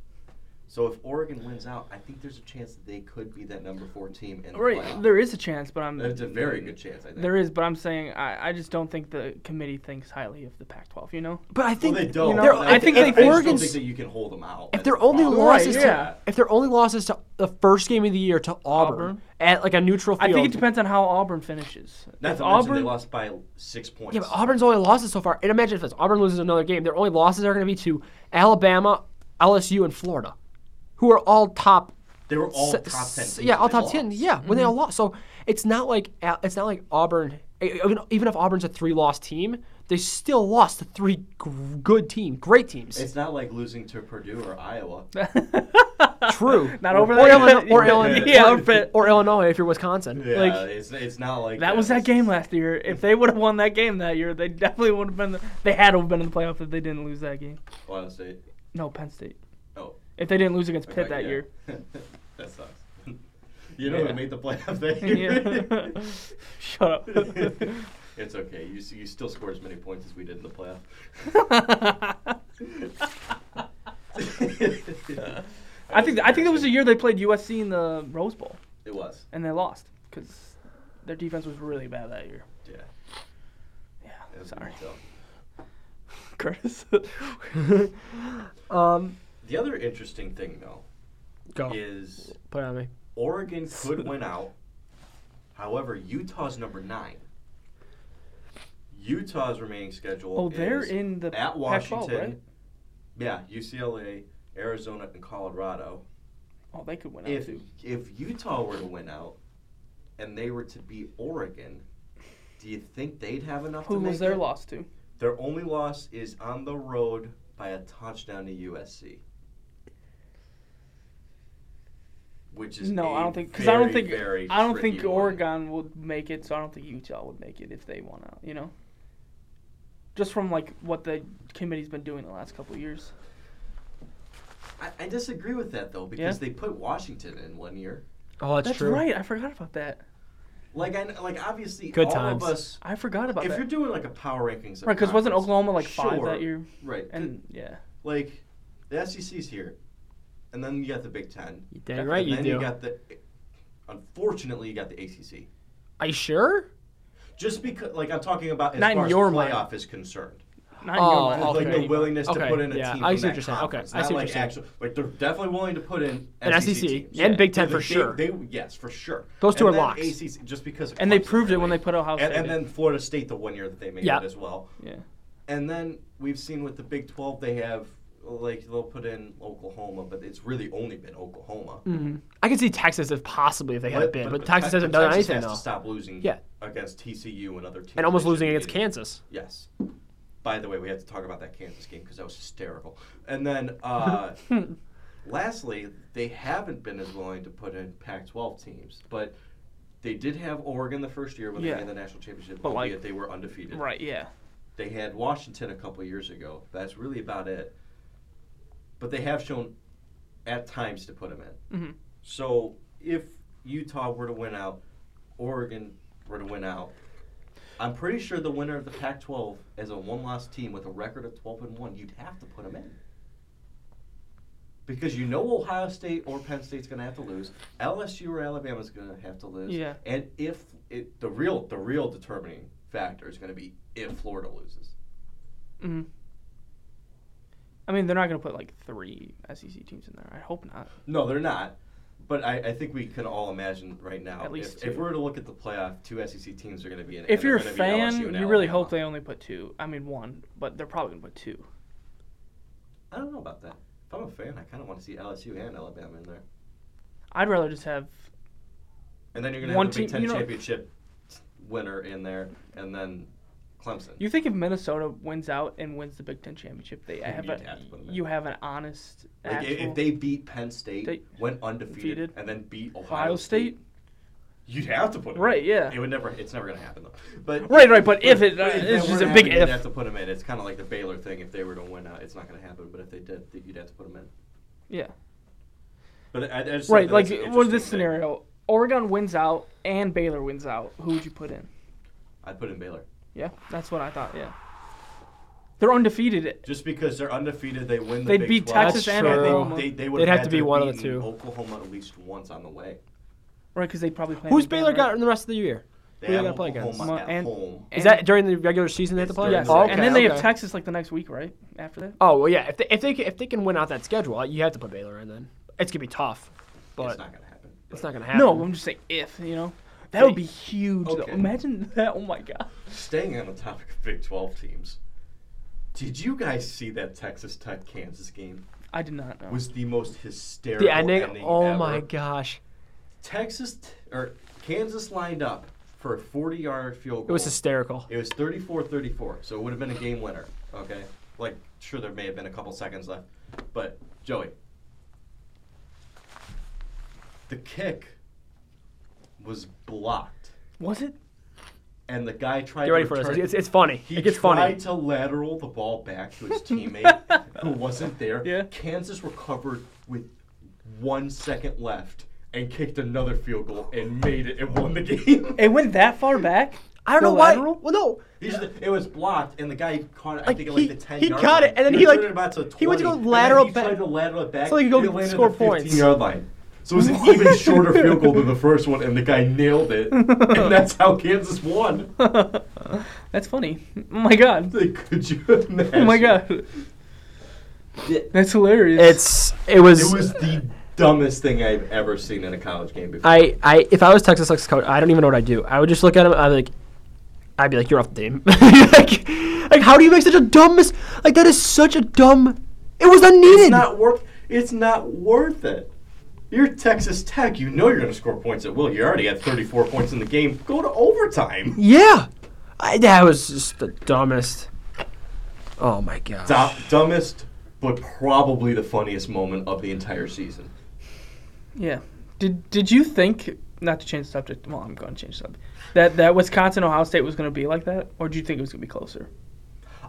Speaker 3: So if Oregon wins out, I think there's a chance that they could be that number four team in the
Speaker 1: right,
Speaker 3: playoff.
Speaker 1: there is a chance, but I'm
Speaker 3: That's a very good chance. I think.
Speaker 1: there is, but I'm saying I, I just don't think the committee thinks highly of the Pac-12. You know,
Speaker 2: But I think
Speaker 3: well, they don't.
Speaker 1: you know,
Speaker 3: but
Speaker 1: I think
Speaker 3: I
Speaker 1: they-
Speaker 3: just don't
Speaker 2: Oregon's-
Speaker 3: think that you can hold them out.
Speaker 2: if
Speaker 3: That's
Speaker 2: their
Speaker 3: the
Speaker 2: only
Speaker 3: problem.
Speaker 2: loss is
Speaker 1: Right,
Speaker 2: to,
Speaker 1: yeah.
Speaker 2: if their only loss is to the first game of the year to Auburn,
Speaker 1: Auburn.
Speaker 2: at like a neutral
Speaker 1: I
Speaker 2: field.
Speaker 1: think it depends on how Auburn finishes.
Speaker 3: Not
Speaker 1: If
Speaker 3: to mention they
Speaker 1: Auburn,
Speaker 3: lost by six points.
Speaker 2: Yeah, but Auburn's only losses so far. And imagine if this Auburn loses another game, their only losses are going to be to Alabama, LSU, and Florida, who are all top.
Speaker 3: they were all
Speaker 2: se-
Speaker 3: top ten.
Speaker 2: se-
Speaker 3: Teams
Speaker 2: yeah, all
Speaker 3: when they
Speaker 2: top ten.
Speaker 3: lost. Mm-hmm.
Speaker 2: Yeah, when they all lost. So it's not like Al- it's not like Auburn. e- Even, even if Auburn's a three-loss team, they still lost to three g- good team, great teams.
Speaker 3: It's not like losing to Purdue or Iowa.
Speaker 2: True.
Speaker 1: Not over
Speaker 2: or
Speaker 1: there.
Speaker 2: Illinois, or,
Speaker 3: Yeah.
Speaker 2: Illinois,
Speaker 1: Yeah,
Speaker 2: or-
Speaker 1: over it.
Speaker 2: or Illinois if you're Wisconsin.
Speaker 3: Yeah,
Speaker 2: Like,
Speaker 3: it's, it's not like
Speaker 1: That was that
Speaker 3: it's-
Speaker 1: game last year. If they would have won that game that year, they definitely would have been. The, they had to have been in the playoff if they didn't lose that game.
Speaker 3: Ohio State.
Speaker 1: No, Penn State.
Speaker 3: Oh,
Speaker 1: If they didn't lose against Pitt
Speaker 3: okay,
Speaker 1: that
Speaker 3: yeah.
Speaker 1: year,
Speaker 3: that sucks. You know
Speaker 2: Yeah.
Speaker 3: who made the playoff that year?
Speaker 1: Yeah. Shut up.
Speaker 3: it's okay. You s- you still scored as many points as we did in the playoff.
Speaker 1: I think I think it was the year they played USC in the Rose Bowl
Speaker 3: It was.
Speaker 1: and they lost because their defense was really bad that year.
Speaker 3: Yeah.
Speaker 1: Yeah,
Speaker 3: It was
Speaker 1: sorry,
Speaker 3: brutal.
Speaker 1: Curtis.
Speaker 2: um,
Speaker 3: The other interesting thing though
Speaker 1: Oh.
Speaker 2: go.
Speaker 3: is
Speaker 2: Put it on me.
Speaker 3: Oregon could win out. However, Utah's number nine. Utah's remaining schedule
Speaker 1: oh, they're
Speaker 3: is
Speaker 1: in the
Speaker 3: at
Speaker 1: Pac-12,
Speaker 3: Washington.
Speaker 1: right?
Speaker 3: Yeah, UCLA, Arizona, and Colorado.
Speaker 1: Oh, they could win out
Speaker 3: If
Speaker 1: too.
Speaker 3: if Utah were to win out, and they were to beat Oregon, do you think they'd have enough?
Speaker 1: Who
Speaker 3: to make
Speaker 1: was their
Speaker 3: it?
Speaker 1: loss to?
Speaker 3: Their only loss is on the road by a touchdown to USC. Which is
Speaker 1: No, I
Speaker 3: I
Speaker 1: don't think because I don't think
Speaker 3: very
Speaker 1: I don't think
Speaker 3: tricky one.
Speaker 1: Oregon would make it, so I don't think Utah would make it if they won out. You know, just from like what the committee's been doing the last couple of years.
Speaker 3: I, I disagree with that though because they put Washington in one year.
Speaker 2: Oh, that's,
Speaker 1: That's
Speaker 2: true.
Speaker 1: right. I forgot about that.
Speaker 3: Like I kn- like obviously
Speaker 2: Good
Speaker 3: all
Speaker 2: times.
Speaker 3: of us.
Speaker 1: I forgot about
Speaker 3: If
Speaker 1: that.
Speaker 3: you're doing like a power rankings, of
Speaker 1: right, because wasn't
Speaker 3: conference,
Speaker 1: Oklahoma like five
Speaker 3: sure,
Speaker 1: that year?
Speaker 3: Right,
Speaker 1: And yeah,
Speaker 3: like the SEC's here, and then you got the Big Ten.
Speaker 2: You dang right
Speaker 3: and
Speaker 2: you
Speaker 3: then
Speaker 2: do.
Speaker 3: You got the. Unfortunately, you got the ACC.
Speaker 2: Are you sure?
Speaker 3: Just because, like I'm talking about, as
Speaker 2: Not in
Speaker 3: far as
Speaker 2: your mind.
Speaker 3: playoff is concerned,
Speaker 1: not
Speaker 2: Oh,
Speaker 1: in your mind.
Speaker 2: okay.
Speaker 3: like the willingness
Speaker 2: Okay,
Speaker 3: to put in a
Speaker 2: yeah,
Speaker 3: team.
Speaker 2: I
Speaker 3: from
Speaker 2: see what
Speaker 3: that
Speaker 2: you're saying. Okay,
Speaker 3: conference,
Speaker 2: I see
Speaker 3: not
Speaker 2: what
Speaker 3: like
Speaker 2: you're saying.
Speaker 3: Actual, like they're definitely willing to put in
Speaker 2: An
Speaker 3: SEC,
Speaker 2: SEC
Speaker 3: teams.
Speaker 2: and Big Ten
Speaker 3: They-
Speaker 2: for
Speaker 3: they-
Speaker 2: sure.
Speaker 3: They, yes, for sure.
Speaker 2: Those two
Speaker 3: And
Speaker 2: are
Speaker 3: then
Speaker 2: locks.
Speaker 3: ACC, just because. of
Speaker 1: And they
Speaker 3: Clemson,
Speaker 1: proved it when
Speaker 3: really.
Speaker 1: they put Ohio State.
Speaker 3: And, and
Speaker 1: in.
Speaker 3: then Florida State, the one year that they made
Speaker 2: Yeah.
Speaker 3: it as well.
Speaker 1: yeah,
Speaker 3: And then we've seen with the Big 12, they have, like, they'll put in Oklahoma, but it's really only been Oklahoma.
Speaker 2: I could see Texas if possibly if they had Mm-hmm. been, but, Texas
Speaker 3: Te-
Speaker 2: hasn't
Speaker 3: Mm-hmm. but
Speaker 2: done
Speaker 3: Texas
Speaker 2: anything
Speaker 3: has
Speaker 2: though,
Speaker 3: to stop losing
Speaker 2: Yeah.
Speaker 3: against TCU and other teams.
Speaker 2: and almost
Speaker 3: they
Speaker 2: losing
Speaker 3: shouldn't
Speaker 2: against
Speaker 3: be
Speaker 2: Kansas.
Speaker 3: Yes. By the way, we have to talk about that Kansas game because that was hysterical. And then, uh, lastly, they haven't been as willing to put in Pac-12 teams, but they did have Oregon the first year when
Speaker 1: Yeah.
Speaker 3: they made the national championship,
Speaker 1: But, like-
Speaker 3: albeit they were undefeated.
Speaker 1: right. Yeah,
Speaker 3: They had Washington a couple years ago. That's really about it. But they have shown at times to put them in.
Speaker 1: Mhm.
Speaker 3: So if Utah were to win out, Oregon were to win out, I'm pretty sure the winner of the Pac-12 as a one-loss team with a record of 12 and one, you'd have to put them in. Because you know Ohio State or Penn State's going to have to lose, LSU or Alabama's going to have to lose,
Speaker 1: Yeah.
Speaker 3: and if it, the real the real determining factor is going to be if Florida loses.
Speaker 1: hmm I mean, they're not gonna put like three SEC teams in there. I hope not.
Speaker 3: No, they're not. But I, I think we can all imagine right now.
Speaker 1: At least
Speaker 3: if, if
Speaker 1: two.
Speaker 3: we were to look at the playoff, two SEC teams are going to be in. it,
Speaker 1: If
Speaker 3: and they're
Speaker 1: you're a
Speaker 3: gonna be
Speaker 1: fan,
Speaker 3: LSU
Speaker 1: you
Speaker 3: and
Speaker 1: really
Speaker 3: Alabama.
Speaker 1: hope they only put two. I mean, one, but they're probably gonna put two.
Speaker 3: I don't know about that. If I'm a fan, I kind of want to see LSU and Alabama in there.
Speaker 1: I'd rather just have
Speaker 3: And then you're going to
Speaker 1: One
Speaker 3: have the Big
Speaker 1: team-
Speaker 3: Ten
Speaker 1: you know-
Speaker 3: championship winner in there, and then Clemson.
Speaker 1: You think if Minnesota wins out and wins the Big Ten championship, they have
Speaker 3: You'd
Speaker 1: a,
Speaker 3: have to put 'em in.
Speaker 1: you have an honest
Speaker 3: like i-
Speaker 1: actual
Speaker 3: if they beat Penn State,
Speaker 1: They-
Speaker 3: went undefeated,
Speaker 1: defeated.
Speaker 3: and then beat Ohio,
Speaker 1: Ohio State.
Speaker 3: you'd have to put 'em
Speaker 1: Right,
Speaker 3: in.
Speaker 1: yeah.
Speaker 3: It would never. It's never going to happen though. But
Speaker 1: Right, right, but if it- uh,
Speaker 3: but if
Speaker 1: it's
Speaker 3: that
Speaker 1: just
Speaker 3: were to
Speaker 1: a
Speaker 3: happen,
Speaker 1: big
Speaker 3: You'd
Speaker 1: if.
Speaker 3: have to put 'em in. It's kind of like the Baylor thing. If they were to win out, it's not going to happen. But if they did, you'd have to put them in.
Speaker 1: Yeah.
Speaker 3: But I, I just
Speaker 1: Right.
Speaker 3: think
Speaker 1: Like
Speaker 3: that's an
Speaker 1: what is this
Speaker 3: interesting thing.
Speaker 1: scenario? Oregon wins out and Baylor wins out. Who would you put in?
Speaker 3: I'd put in Baylor
Speaker 1: Yeah, that's what I thought. Yeah. They're undefeated.
Speaker 3: just because they're undefeated. They win. The
Speaker 1: They'd
Speaker 3: Big
Speaker 1: beat
Speaker 3: 12.
Speaker 1: Texas
Speaker 2: That's
Speaker 1: and
Speaker 2: true.
Speaker 1: Oklahoma.
Speaker 3: They,
Speaker 1: Right,
Speaker 3: they would
Speaker 2: They'd have
Speaker 3: had
Speaker 2: to be one of the
Speaker 3: beaten
Speaker 2: two.
Speaker 3: Oklahoma at least once on the way.
Speaker 1: because they probably play.
Speaker 2: Who's
Speaker 1: again,
Speaker 2: Baylor
Speaker 1: right?
Speaker 2: got in the rest of the year?
Speaker 3: They
Speaker 2: Who they
Speaker 3: have
Speaker 2: gotta play
Speaker 3: Oklahoma
Speaker 2: against?
Speaker 3: at
Speaker 1: And-
Speaker 3: home.
Speaker 1: And-
Speaker 2: Is that during the regular season they have to
Speaker 3: It's
Speaker 2: play?
Speaker 3: during
Speaker 1: Yes.
Speaker 3: the
Speaker 2: Oh,
Speaker 3: regular
Speaker 2: okay,
Speaker 1: and then they have
Speaker 2: okay.
Speaker 1: Texas like the next week, right? After that.
Speaker 2: Oh well, yeah. If they, if they can, if they can win out that schedule, uh, you have to put Baylor in. Then it's gonna be tough, but
Speaker 3: it's
Speaker 2: it's not,
Speaker 3: not gonna happen.
Speaker 2: gonna happen.
Speaker 1: Oh, No, I'm just saying if you know. That would be huge. though.
Speaker 3: Okay.
Speaker 1: Imagine that. Oh my god.
Speaker 3: Staying on the topic of Big 12 teams, did you guys see that Texas Tech Kansas game?
Speaker 1: I did not know.
Speaker 3: Was the most hysterical
Speaker 2: the ending. oh
Speaker 3: ever.
Speaker 2: my gosh,
Speaker 3: Texas t- or Kansas lined up for a 40-yard field
Speaker 2: it
Speaker 3: goal.
Speaker 2: was hysterical.
Speaker 3: Oh. It was 34-34, so it would have been a game winner. Okay, like sure there may have been a couple seconds left, but Joey, the kick was blocked,
Speaker 1: Was it?
Speaker 3: and the guy tried.
Speaker 2: Get ready
Speaker 3: to
Speaker 2: for this.
Speaker 3: return-
Speaker 2: It's, it's funny.
Speaker 3: He
Speaker 2: it gets
Speaker 3: tried
Speaker 2: funny.
Speaker 3: to lateral the ball back to his teammate who wasn't there.
Speaker 1: Yeah.
Speaker 3: Kansas recovered with one second left and kicked another field goal and made it and won the game.
Speaker 1: It went that far back.
Speaker 2: I don't
Speaker 1: The
Speaker 2: know why.
Speaker 1: lateral?
Speaker 2: Well, no,
Speaker 3: These are the- it was blocked, and the guy caught it. I
Speaker 2: Like,
Speaker 3: think it
Speaker 2: he-
Speaker 3: like the ten.
Speaker 2: he
Speaker 3: yard
Speaker 2: caught
Speaker 3: line.
Speaker 2: it, and then he,
Speaker 3: returned
Speaker 2: like,
Speaker 3: it about to 20,
Speaker 2: he went to go
Speaker 3: and then
Speaker 2: lateral
Speaker 3: He
Speaker 2: back-
Speaker 3: tried to lateral it back.
Speaker 2: So he could go
Speaker 3: and it landed
Speaker 2: score
Speaker 3: at the 15
Speaker 2: points.
Speaker 3: Yard line. So it was an even shorter field goal than the first one, and the guy nailed it, and that's how Kansas won.
Speaker 1: That's funny. Oh my god.
Speaker 3: Like, could you imagine?
Speaker 1: Oh my god.
Speaker 3: It
Speaker 1: That's hilarious.
Speaker 2: it's it was.
Speaker 3: was the dumbest thing I've ever seen in a college game before.
Speaker 2: I, I if I was Texas Tech's coach, I don't even know what I'd do. I would just look at him. I'd be like, I'd be like, you're off the team. like, like how do you make such a dumb mis- Like that is such a dumb. It was unneeded.
Speaker 3: It's not worth. It's not worth it. You're Texas Tech. You know you're going to score points at will. You already had 34 points in the game. Go to overtime.
Speaker 2: yeah, I, that was just the dumbest. Oh my god.
Speaker 3: Dom- dumbest, but probably the funniest moment of the entire season.
Speaker 1: yeah. Did Did you think not to change the subject? Well, I'm going to change the subject. That that Wisconsin Ohio State was going to be like that, or do you think it was going to be closer?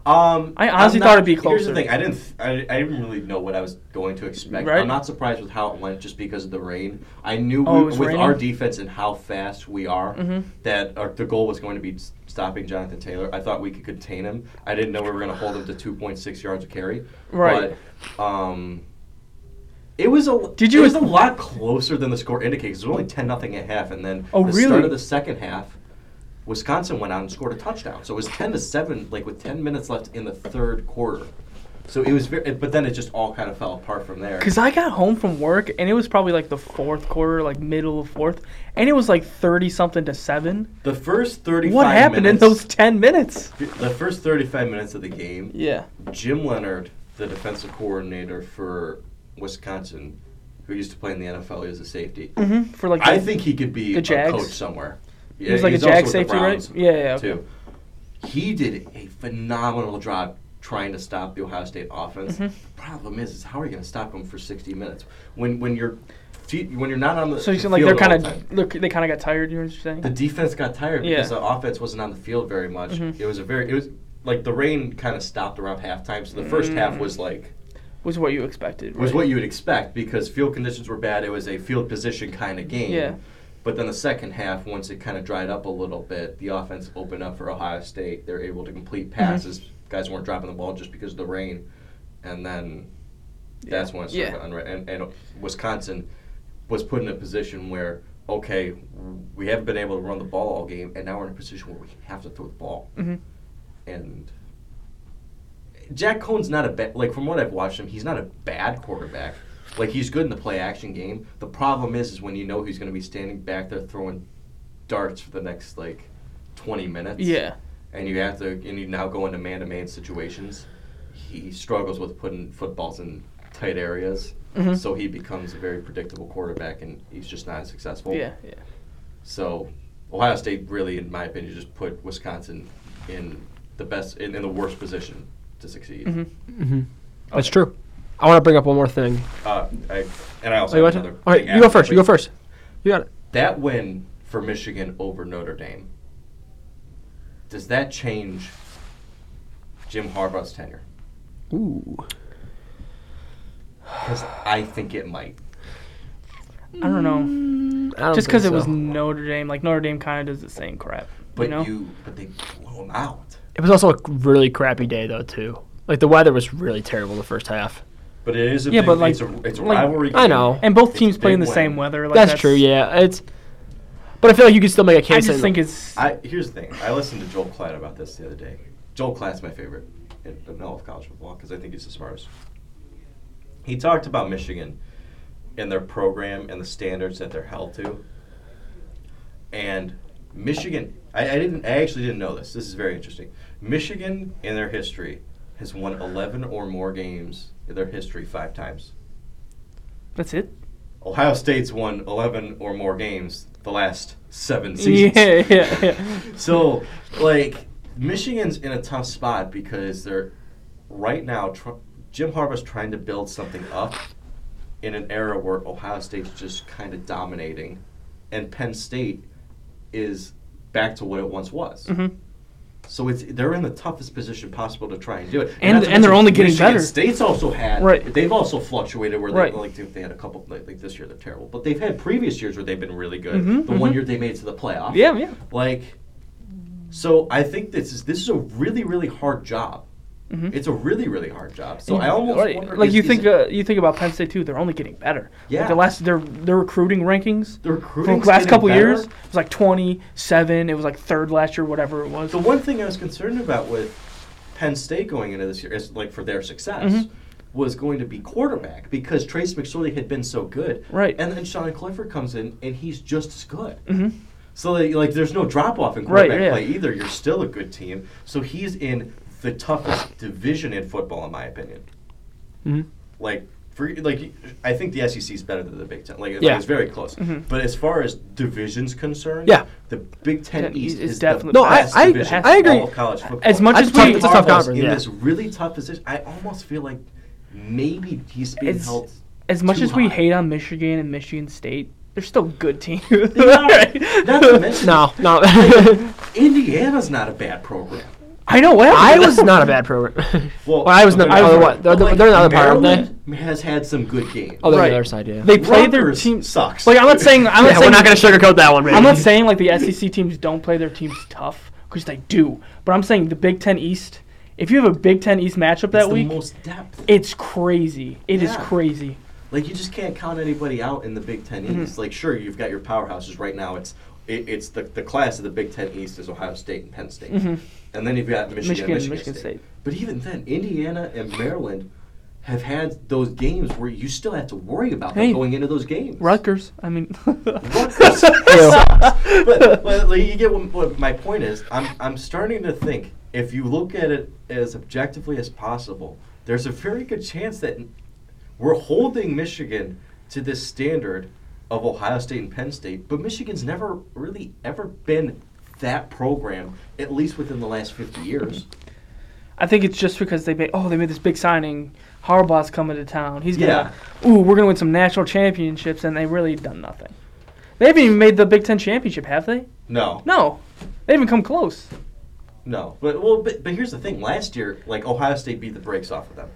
Speaker 3: Um,
Speaker 1: I
Speaker 3: I'm
Speaker 1: honestly
Speaker 3: not-
Speaker 1: thought it'd be
Speaker 3: Here's
Speaker 1: closer.
Speaker 3: the thing. I didn't. th- I, I didn't really know what I was going to expect.
Speaker 1: Right.
Speaker 3: I'm not surprised with how it went, just because of the rain. I knew
Speaker 1: Oh, it
Speaker 3: we,
Speaker 1: was
Speaker 3: with
Speaker 1: raining? Mm-hmm.
Speaker 3: our defense and how fast we are that our, the goal was going to be s- stopping Jonathan Taylor. I thought we could contain him. I didn't know we were going to hold him to 2.6 yards a carry.
Speaker 1: Right.
Speaker 3: But, um, it was a.
Speaker 1: Did you-
Speaker 3: It was a lot closer than the score indicates. It was only 10 nothing at half, and then
Speaker 1: Oh,
Speaker 3: the start
Speaker 1: really?
Speaker 3: of the second half. Wisconsin went out and scored a touchdown. So it was ten to seven, like with ten minutes left in the third quarter. So it was very, but then it just all kind of fell apart from there.
Speaker 1: Cause I got home from work and it was probably like the fourth quarter, like middle of fourth, and it was like thirty something to seven.
Speaker 3: The first thirty-five.
Speaker 1: What happened in
Speaker 3: minutes,
Speaker 1: those ten minutes?
Speaker 3: The first thirty-five minutes of the game,
Speaker 1: Yeah.
Speaker 3: Jim Leonard, the defensive coordinator for Wisconsin, who used to play in the NFL, he was a safety.
Speaker 1: hmm For like,
Speaker 3: I
Speaker 1: the-
Speaker 3: think he could be
Speaker 1: The
Speaker 3: a
Speaker 1: Jags?
Speaker 3: coach somewhere. Yeah,
Speaker 1: was like a
Speaker 3: he's also
Speaker 1: Jag
Speaker 3: with the
Speaker 1: safety, right?
Speaker 3: Browns,
Speaker 1: Yeah, yeah, okay.
Speaker 3: Too. He did a phenomenal job trying to stop the Ohio State offense.
Speaker 1: Mm-hmm.
Speaker 3: The problem is, is how are you going to stop them for 60 minutes when when you're fe- when you're not on the
Speaker 1: so you
Speaker 3: the
Speaker 1: said like they're
Speaker 3: field all
Speaker 1: kind
Speaker 3: the time?
Speaker 1: of look, they kind of got tired. You know what you're saying?
Speaker 3: the defense got tired
Speaker 1: Yeah. Mm-hmm.
Speaker 3: because the offense wasn't on the field very much. It was a very it was like the rain kind of stopped around halftime, so the first
Speaker 1: Mm.
Speaker 3: half was like
Speaker 1: was what you expected.
Speaker 3: was
Speaker 1: right?
Speaker 3: what you would expect because field conditions were bad. It was a field position kind of game.
Speaker 1: Yeah.
Speaker 3: But then the second half, once it kind of dried up a little bit, the offense opened up for Ohio State. They're able to
Speaker 1: Mm-hmm.
Speaker 3: complete passes. Guys weren't dropping the ball just because of the rain, and then that's when it started
Speaker 1: Yeah.
Speaker 3: to unra- and, and Wisconsin was put in a position where okay, we haven't been able to run the ball all game, and now we're in a position where we have to throw the ball.
Speaker 1: Mhm.
Speaker 3: And Jack Cohn's not a bad like from what I've watched him, he's not a bad quarterback. Like he's good in the play action game. The problem is, is when you know he's going to be standing back there throwing darts for the next like twenty minutes.
Speaker 1: Yeah.
Speaker 3: And you have to, and you now go into man-to-man situations. He struggles with putting footballs in tight areas,
Speaker 2: Mm-hmm.
Speaker 1: Mhm.
Speaker 3: so he becomes a very predictable quarterback, and he's just not as successful.
Speaker 1: Yeah. Yeah.
Speaker 3: So Ohio State really, in my opinion, just put Wisconsin in the best in, in the worst position to succeed.
Speaker 1: Mhm.
Speaker 2: Mm-hmm. That's true. I want to bring up one more thing.
Speaker 3: Uh, I, and I
Speaker 2: Oh,
Speaker 3: also
Speaker 2: you
Speaker 3: have
Speaker 2: want to?
Speaker 3: another.
Speaker 2: All right,
Speaker 3: thing
Speaker 2: you go
Speaker 3: after,
Speaker 2: first. You
Speaker 3: but
Speaker 2: go first. You got it.
Speaker 3: That win for Michigan over Notre Dame. Does that change Jim Harbaugh's tenure?
Speaker 2: Ooh.
Speaker 3: Because I think it might.
Speaker 1: I don't know.
Speaker 2: Mm. I don't
Speaker 1: Just
Speaker 2: think
Speaker 1: because it was
Speaker 2: so.
Speaker 1: Notre Dame, like Notre Dame kind of does the same crap.
Speaker 3: Mm. But
Speaker 1: you know?
Speaker 3: but they blew him out.
Speaker 2: It was also a really crappy day though too. Like the weather was really terrible the first half.
Speaker 3: But it is a
Speaker 1: Yeah,
Speaker 3: big-
Speaker 1: but, like-
Speaker 3: it's a, it's a
Speaker 1: like-
Speaker 3: rivalry.
Speaker 2: I
Speaker 3: game.
Speaker 2: know.
Speaker 1: and both
Speaker 3: It's a
Speaker 1: teams play in the
Speaker 3: big win.
Speaker 1: same weather. Like,
Speaker 2: that's, true. Yeah, it's. But I feel like you could still make a case.
Speaker 1: I just
Speaker 2: that-
Speaker 1: think it's.
Speaker 3: I here's the thing. I listened to Joel Klatt about this the other day. Joel Klatt's my favorite in in all of college football because I think he's the smartest. He talked about Michigan and their program and the standards that they're held to. And Michigan, I, I didn't, I actually didn't know this. This is very interesting. Michigan in their history has won 11 or more games in their history five times.
Speaker 1: that's it.
Speaker 3: Ohio State's won 11 or more games the last seven seasons.
Speaker 1: Yeah, yeah, yeah.
Speaker 3: So, like, Michigan's in a tough spot because they're right now. Tr- Jim Harbaugh's trying to build something up in an era where Ohio State's just kind of dominating, and Penn State is back to what it once was.
Speaker 1: Mhm.
Speaker 3: So it's they're in the toughest position possible to try and do it.
Speaker 1: And-
Speaker 3: not to
Speaker 1: and they're
Speaker 3: mention
Speaker 1: only getting
Speaker 3: Michigan
Speaker 1: better.
Speaker 3: State's also had
Speaker 1: Right.
Speaker 3: They've also fluctuated where they
Speaker 1: Right.
Speaker 3: like they had a couple like, like this year they're terrible, but they've had previous years where they've been really good. the one year they made it to the playoff.
Speaker 1: Mm-hmm, Yeah, yeah.
Speaker 3: Like, so I think this is this is a really really hard job. It's a really really hard job. So I almost
Speaker 1: Mm-hmm. Right.
Speaker 3: wonder
Speaker 1: like
Speaker 3: is-
Speaker 1: you
Speaker 3: is
Speaker 1: think
Speaker 3: it-
Speaker 1: uh, you think about Penn State too. They're only getting better.
Speaker 3: Yeah.
Speaker 1: Like the last their their recruiting rankings
Speaker 3: the recruiting
Speaker 1: from the last couple years it was like twenty seven. It was like third last year, whatever it was.
Speaker 3: The one thing I was concerned about with Penn State going into this year is like for their success
Speaker 1: Mm-hmm.
Speaker 3: was going to be quarterback because Trace McSorley had been so good.
Speaker 1: Right.
Speaker 3: And then Sean Clifford comes in and he's just as good. So like, like there's no drop off in
Speaker 1: Mm-hmm. Right,
Speaker 3: quarterback
Speaker 1: yeah.
Speaker 3: play either. You're still a good team. So he's in the toughest division in football in my opinion.
Speaker 1: Mm-hmm.
Speaker 2: Mhm.
Speaker 3: Like for, like I think the SEC is better than the Big Ten. Like, like,
Speaker 2: Yeah.
Speaker 3: it's very close.
Speaker 1: Mm-hmm.
Speaker 3: But as far as divisions concerned,
Speaker 2: Yeah.
Speaker 3: the Big Ten
Speaker 1: Ten
Speaker 3: East
Speaker 1: is
Speaker 3: is
Speaker 1: definitely-
Speaker 3: the
Speaker 1: No,
Speaker 2: I-
Speaker 3: best
Speaker 2: I-
Speaker 3: division
Speaker 1: I
Speaker 3: in all
Speaker 2: agree.
Speaker 3: of college football.
Speaker 1: As much
Speaker 2: That's
Speaker 1: as
Speaker 2: tough.
Speaker 1: we
Speaker 2: It's a tough
Speaker 3: Harbaugh is
Speaker 2: conference,
Speaker 3: in
Speaker 2: yeah.
Speaker 3: this really tough position. I almost feel like maybe he's being
Speaker 1: It's-
Speaker 3: held.
Speaker 1: as much
Speaker 3: too
Speaker 1: as we
Speaker 3: high.
Speaker 1: hate on Michigan and Michigan State, they're still good teams.
Speaker 3: Not to mention,
Speaker 2: No, no.
Speaker 3: Indiana's not a bad program.
Speaker 1: I know what happened.
Speaker 2: I was not a bad program.
Speaker 3: Well,
Speaker 2: I was not-
Speaker 3: okay,
Speaker 2: I was
Speaker 3: but-
Speaker 2: what? They're-
Speaker 3: but, like,
Speaker 2: they're not a bad program,
Speaker 3: Maryland has had some good games.
Speaker 2: Oh, they're
Speaker 1: Right.
Speaker 2: the other side, yeah.
Speaker 1: They played their
Speaker 3: Rutgers
Speaker 1: team.
Speaker 3: sucks.
Speaker 1: Like I'm not saying I'm
Speaker 2: yeah
Speaker 1: not
Speaker 2: we're
Speaker 1: saying
Speaker 2: not gonna sugarcoat that one, man.
Speaker 1: I'm not saying like the SEC teams don't play their teams tough because they do, but I'm saying the Big Ten East. If you have a Big Ten East matchup
Speaker 3: it's
Speaker 1: that
Speaker 3: the
Speaker 1: week,
Speaker 3: most depth.
Speaker 1: it's crazy. It is
Speaker 3: Yeah.
Speaker 1: crazy.
Speaker 3: Like you just can't count anybody out in the Big Ten
Speaker 1: Mm-hmm.
Speaker 3: East. Like sure, you've got your powerhouses right now. It's it, it's the the class of the Big Ten East is Ohio State and Penn State, and then you've got Michigan,
Speaker 1: Mm-hmm. Michigan
Speaker 3: and
Speaker 1: and
Speaker 3: Michigan,
Speaker 1: Michigan
Speaker 3: State.
Speaker 1: State.
Speaker 3: But even then, Indiana and Maryland have had those games where you still have to worry about
Speaker 1: Hey.
Speaker 3: them going into those games.
Speaker 1: Rutgers. I mean,
Speaker 3: Rutgers sucks. But, but like, you get what, what my point is. I'm I'm starting to think if you look at it as objectively as possible, there's a very good chance that we're holding Michigan to this standard of Ohio State and Penn State, but Michigan's never really ever been that program, at least within the last 50 years.
Speaker 1: I think it's just because they made oh they made this big signing. Harbaugh's coming to town. He's gonna ooh we're gonna win some national championships, and they really done nothing. They haven't even made the Big Ten championship, have they?
Speaker 3: No,
Speaker 1: No, they haven't come close.
Speaker 3: no. But well, but, but here's the thing. Last year, like Ohio State beat the brakes off of them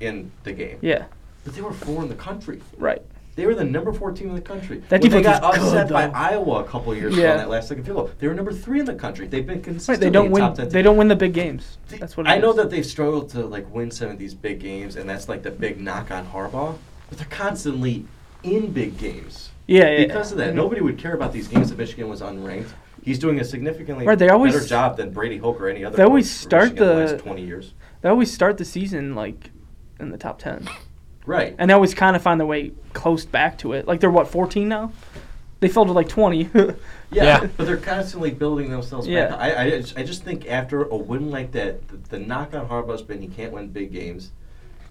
Speaker 3: in the game,
Speaker 1: Yeah,
Speaker 3: but they were four in the country.
Speaker 1: right.
Speaker 3: They were the number four team in the country.
Speaker 1: That
Speaker 3: when they
Speaker 1: defense
Speaker 3: got
Speaker 1: was
Speaker 3: upset
Speaker 1: good,
Speaker 3: by
Speaker 1: though.
Speaker 3: Iowa a couple years ago
Speaker 1: Yeah.
Speaker 3: on that last second field goal. They were number three in the country. They've been
Speaker 1: Right,
Speaker 3: consistently
Speaker 1: they don't
Speaker 3: top
Speaker 1: win.
Speaker 3: ten
Speaker 1: They don't win the big games. That's what it
Speaker 3: I know
Speaker 1: is.
Speaker 3: that they've struggled to like win some of these big games, and that's like the big knock on Harbaugh. But they're constantly in big games
Speaker 1: Yeah, yeah.
Speaker 3: because of that.
Speaker 1: Mhm.
Speaker 3: Nobody would care about these games if Michigan was unranked. He's doing a significantly
Speaker 1: Right, they always-
Speaker 3: better job than Brady Hoke or any other.
Speaker 1: They always
Speaker 3: coach for
Speaker 1: start
Speaker 3: Michigan in the
Speaker 1: the-
Speaker 3: last twenty years.
Speaker 1: They always start the season like in the top ten,
Speaker 3: Right.
Speaker 1: and they always kind of find their way close back to it. Like they're what fourteen now? They fell to like twenty.
Speaker 3: Yeah,
Speaker 2: Yeah.
Speaker 3: but they're constantly building themselves
Speaker 1: Yeah.
Speaker 3: back. I, I, just- I just think after a win like that, the, the knock on Harbaugh's been he can't win big games.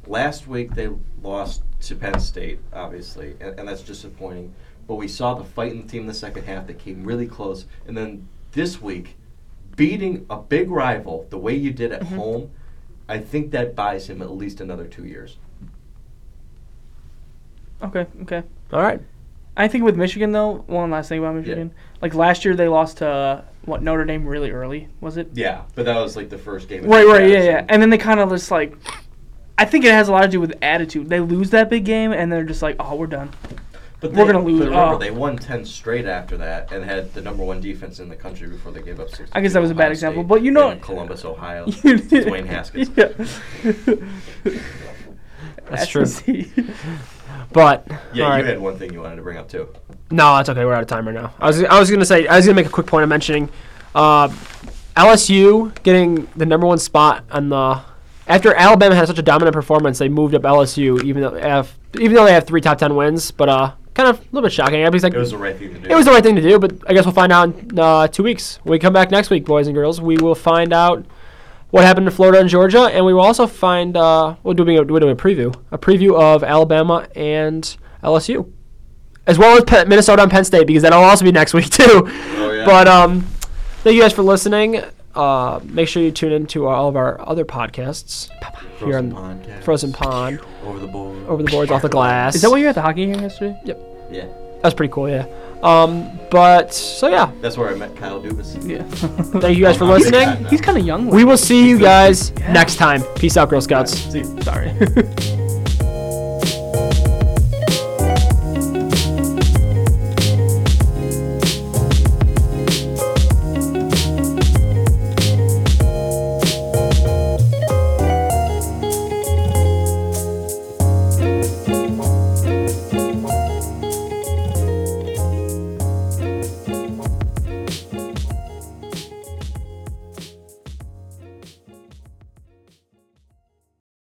Speaker 3: Last week they lost to Penn State, obviously, and, and that's disappointing. But we saw the fight in the team in the second half that came really close. And then this week, beating a big rival the way you did at
Speaker 1: Mm-hmm.
Speaker 3: home, I think that buys him at least another two years.
Speaker 1: okay, okay.
Speaker 2: All right.
Speaker 1: I think with Michigan though, one last thing about Michigan. Like last year, they lost to uh, what Notre Dame really early, was it?
Speaker 3: Yeah, but that was like the first game. of
Speaker 1: Right,
Speaker 3: the
Speaker 1: right, yeah,
Speaker 3: season.
Speaker 1: yeah. And then they kind of just like, I think it has a lot to do with attitude. They lose that big game, and they're just like, oh, we're done.
Speaker 3: But
Speaker 1: We're
Speaker 3: they-
Speaker 1: gonna lose.
Speaker 3: But remember,
Speaker 1: Oh.
Speaker 3: they won ten straight after that, and had the number one defense in the country before they gave up six.
Speaker 1: I guess that was a bad example, but you know-
Speaker 3: Columbus, Ohio, Dwayne Haskins.
Speaker 1: yeah.
Speaker 2: That's true.
Speaker 1: SEC.
Speaker 2: But
Speaker 3: Yeah,
Speaker 2: all right.
Speaker 3: you had one thing you wanted to bring up too.
Speaker 2: No, that's okay. We're out of time right now. I was I was gonna say I was gonna make a quick point of mentioning uh, LSU getting the number one spot on the after Alabama had such a dominant performance, they moved up LSU even though have, even though they have three top ten wins, but uh, kind of a little bit shocking. I was like,
Speaker 3: It was the right thing to do.
Speaker 2: it was the right thing to do, but I guess we'll find out in uh, two weeks. When we come back next week, boys and girls, we will find out what happened in Florida and Georgia, and we will also find uh, we'll do we're doing a preview, a preview of Alabama and LSU, as well as Pe- Minnesota and Penn State, because that'll also be next week too.
Speaker 3: Oh, yeah.
Speaker 2: But um, thank you guys for listening. Uh, make sure you tune in to all of our other podcasts here on
Speaker 3: Frozen podcast.
Speaker 2: Frozen Pond,
Speaker 3: over the board.
Speaker 2: Over the Boards, Off the Glass.
Speaker 1: Is that why you were at the hockey game yesterday?
Speaker 3: Yeah.
Speaker 2: That's pretty cool, yeah. Um, but so yeah,
Speaker 3: That's where I met Kyle Dubas.
Speaker 1: Yeah.
Speaker 2: thank you guys for
Speaker 3: I'm big
Speaker 2: listening.
Speaker 3: fan now.
Speaker 1: He's kind of young.
Speaker 2: We will see you guys
Speaker 1: Yeah.
Speaker 2: next time. Peace out, Girl Scouts.
Speaker 3: See you.
Speaker 1: Sorry.